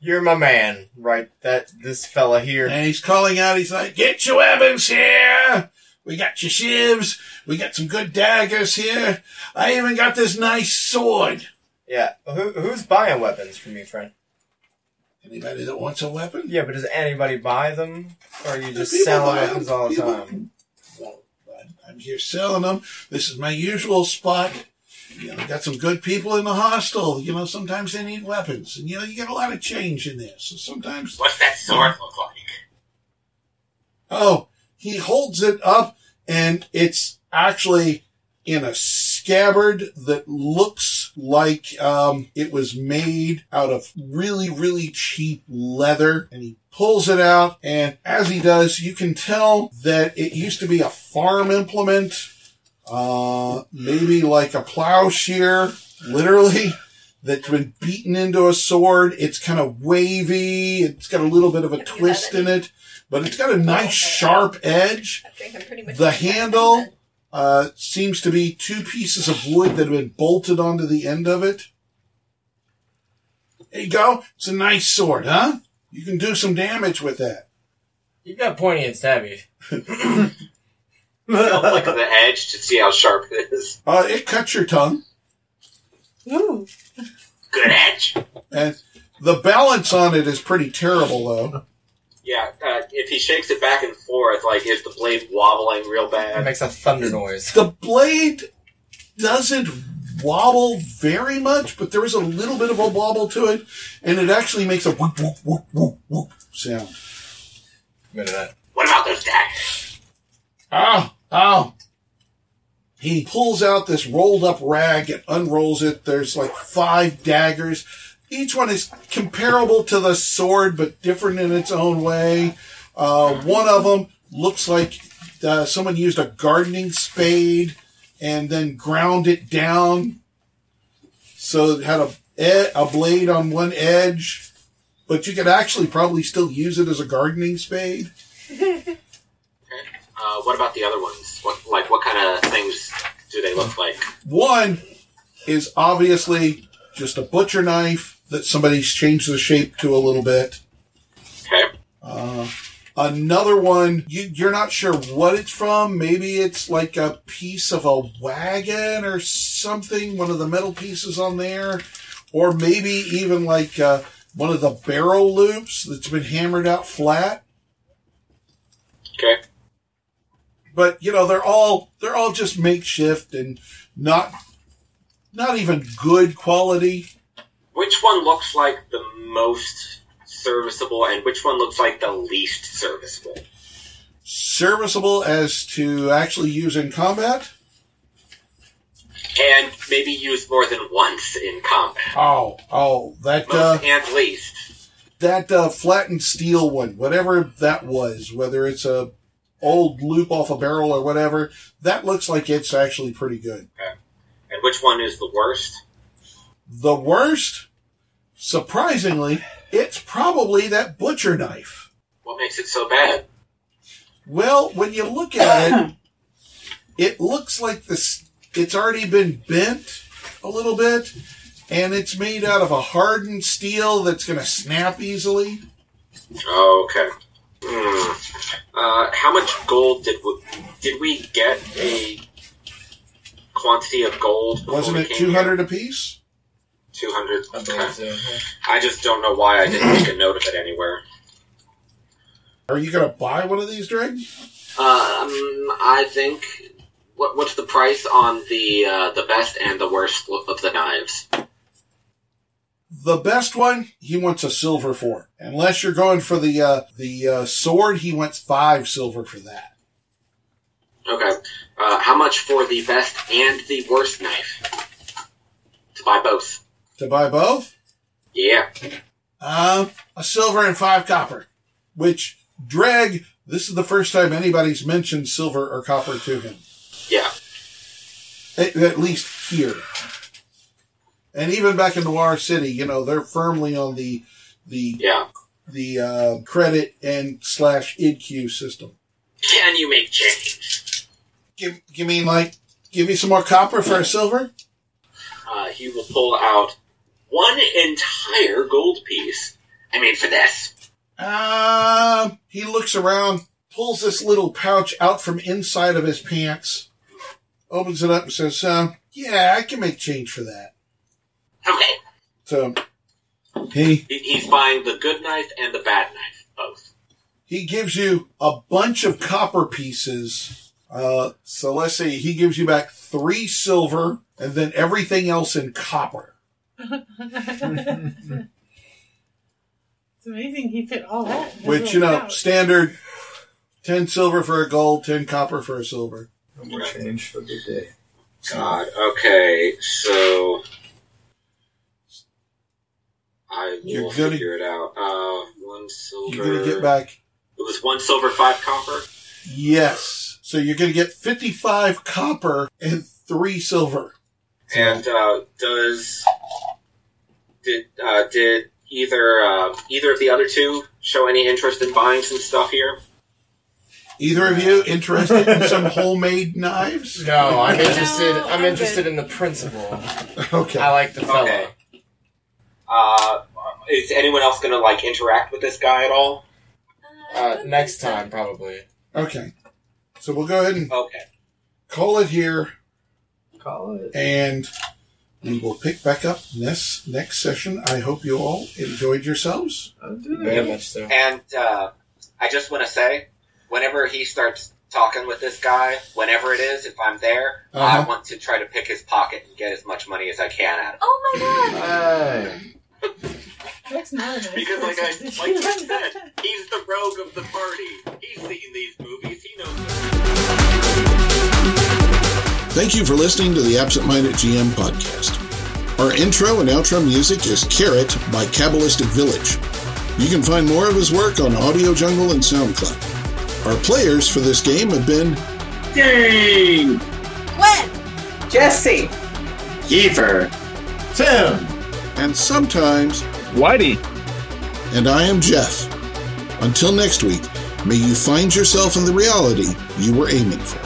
S7: you're my man, right? That this fella here.
S9: And he's calling out, he's like, Get your weapons here! We got your shivs. We got some good daggers here. I even got this nice sword.
S7: Yeah. Who, who's buying weapons from you, friend?
S9: Anybody that wants a weapon?
S7: Yeah, but does anybody buy them, or are you just
S9: People
S7: selling
S9: buy 'em.
S7: weapons all the
S9: People-
S7: time?
S9: Well, I'm- I'm here selling them. This is my usual spot. You know, got some good people in the hostel. You know, sometimes they need weapons, and you know, you get a lot of change in there. So sometimes,
S3: What's that sword look (laughs) like?
S9: oh, he holds it up, and it's actually in a scabbard that looks like um, it was made out of really, really cheap leather. And he pulls it out, and as he does, you can tell that it used to be a farm implement, uh, maybe like a plow shear, literally. That's been beaten into a sword. It's kind of wavy. It's got a little bit of a twist in it, but it's got a nice sharp edge.
S5: I think I'm pretty much
S9: The handle uh, seems to be two pieces of wood that have been bolted onto the end of it. There you go. It's a nice sword, huh? You can do some damage with that.
S7: You've got pointy and stabby.
S3: I'll look at the edge to see how sharp it is.
S9: Uh, it cuts your tongue,
S8: Ooh.
S3: Good edge.
S9: and the balance on it is pretty terrible, though.
S3: Yeah, uh, if he shakes it back and forth, like is the blade wobbling real
S7: That
S3: bad?
S7: makes a thunder noise.
S9: The blade doesn't wobble very much, but there is a little bit of a wobble to it, and it actually makes a whoop, whoop, whoop, whoop, whoop sound.
S7: Admit that.
S3: What about those daggers?
S9: Ow! Ow! He pulls out this rolled up rag and unrolls it. There's like five daggers. Each one is comparable to the sword, but different in its own way. Uh, one of them looks like uh, someone used a gardening spade and then ground it down. So it had a, e- a blade on one edge, but you could actually probably still use it as a gardening spade.
S3: Uh, what about the other ones? What like what kind of things do they look like?
S9: One is obviously just a butcher knife that somebody's changed the shape to a little bit.
S3: Okay,
S9: Uh, Another one, you, you're not sure what it's from. Maybe it's like a piece of a wagon or something, one of the metal pieces on there. Or maybe even like uh, one of the barrel loops that's been hammered out flat.
S3: okay.
S9: but you know they're all they're all just makeshift and not not even good quality
S3: Which one looks like the most serviceable, and which one looks like the least serviceable?
S9: serviceable as to actually use in combat
S3: and maybe used more than once in combat.
S9: Oh, oh, that uh,
S3: Most and least.
S9: that uh, flattened steel one, whatever that was, whether it's a old loop off a barrel or whatever, that looks like it's actually pretty good.
S3: And which one is the worst?
S9: The worst, surprisingly, it's probably that butcher knife.
S3: What makes it so bad?
S9: Well, when you look at it, it looks like this. It's already been bent a little bit, and it's made out of a hardened steel that's going to snap easily.
S3: Oh, Okay. Hmm. Uh, how much gold did we, did we get a quantity of gold? before
S9: Wasn't
S3: we
S9: it
S3: came
S9: two
S3: here?
S9: hundred apiece?
S3: 200.
S7: I
S3: Okay.
S7: believe so. yeah.
S3: I just don't know why I didn't make a note of it anywhere.
S9: Are you going to buy one of these dregs?
S3: Um, I think. What, what's the price on the uh, the best and the worst of the knives?
S9: The best one he wants a silver for. Unless you're going for the uh, the uh, sword, he wants five silver for that.
S3: Okay. Uh, how much for the best and the worst knife? To buy both.
S9: To buy both,
S3: Yeah.
S9: Um, a silver and five copper. Which Dreg, this is the first time anybody's mentioned silver or copper to him.
S3: Yeah.
S9: At, at least here. And even back in Noir City, you know, they're firmly on the the
S3: Yeah.
S9: the uh, credit and slash IDQ system.
S3: Can you make change?
S9: Give, you mean like give me some more copper for a silver?
S3: Uh, he will pull out one entire gold piece. I mean, for this.
S9: Um, he looks around, pulls this little pouch out from inside of his pants, opens it up and says, uh, yeah, I can make change for that.
S3: Okay.
S9: So he,
S3: He, he's buying the good knife and the bad knife, both.
S9: he gives you a bunch of copper pieces. Uh, so let's see, he gives you back three silver and then everything else in copper.
S8: it's amazing he fit all that. in his
S9: Which, you
S8: little
S9: know,
S8: pouch.
S9: standard 10 silver for a gold, 10 copper for a silver.
S4: We'll change for the day.
S3: God. Okay. So I will
S9: You're gonna-
S3: figure it out. Uh, one silver.
S9: You're going to get back
S3: It was one silver, five copper.
S9: Yes. So you're going to get 55 copper and 3 silver.
S3: And uh, does did uh, did either uh, either of the other two show any interest in buying some stuff here?
S9: Either of you
S7: (laughs)
S9: interested in some homemade knives?
S7: No, I'm interested.
S5: No,
S7: I'm
S5: I'm
S7: interested in the principle.
S9: Okay.
S7: I like the fella.
S3: Okay. Uh, is anyone else going to like interact with this guy at all?
S7: Uh, next time, probably.
S9: Okay. So we'll go ahead and
S3: Okay.
S9: call it here
S4: Call it.
S9: and we will pick back up this next session. I hope you all enjoyed yourselves.
S7: Very much so.
S3: And uh, I just want to say, whenever he starts talking with this guy, whenever it is, if I'm there,
S9: Uh-huh.
S3: I want to try to pick his pocket and get as much money as I can out of
S6: Oh my god!
S7: Hey.
S8: That's not a nice
S3: Because, like I,
S8: person. (laughs)
S3: like I said, he's the rogue of the party. He's seen these movies. He knows.
S12: Thank you for listening to the Absent Minded GM podcast. Our intro and outro music is Carrot by Kabbalistic Village. You can find more of his work on Audio Jungle and SoundCloud. Our players for this game have been
S5: When?
S8: Jesse.
S7: Kiefer. Tim.
S12: and sometimes
S13: Whitey.
S12: and I am Jeff. Until next week, may you find yourself in the reality you were aiming for.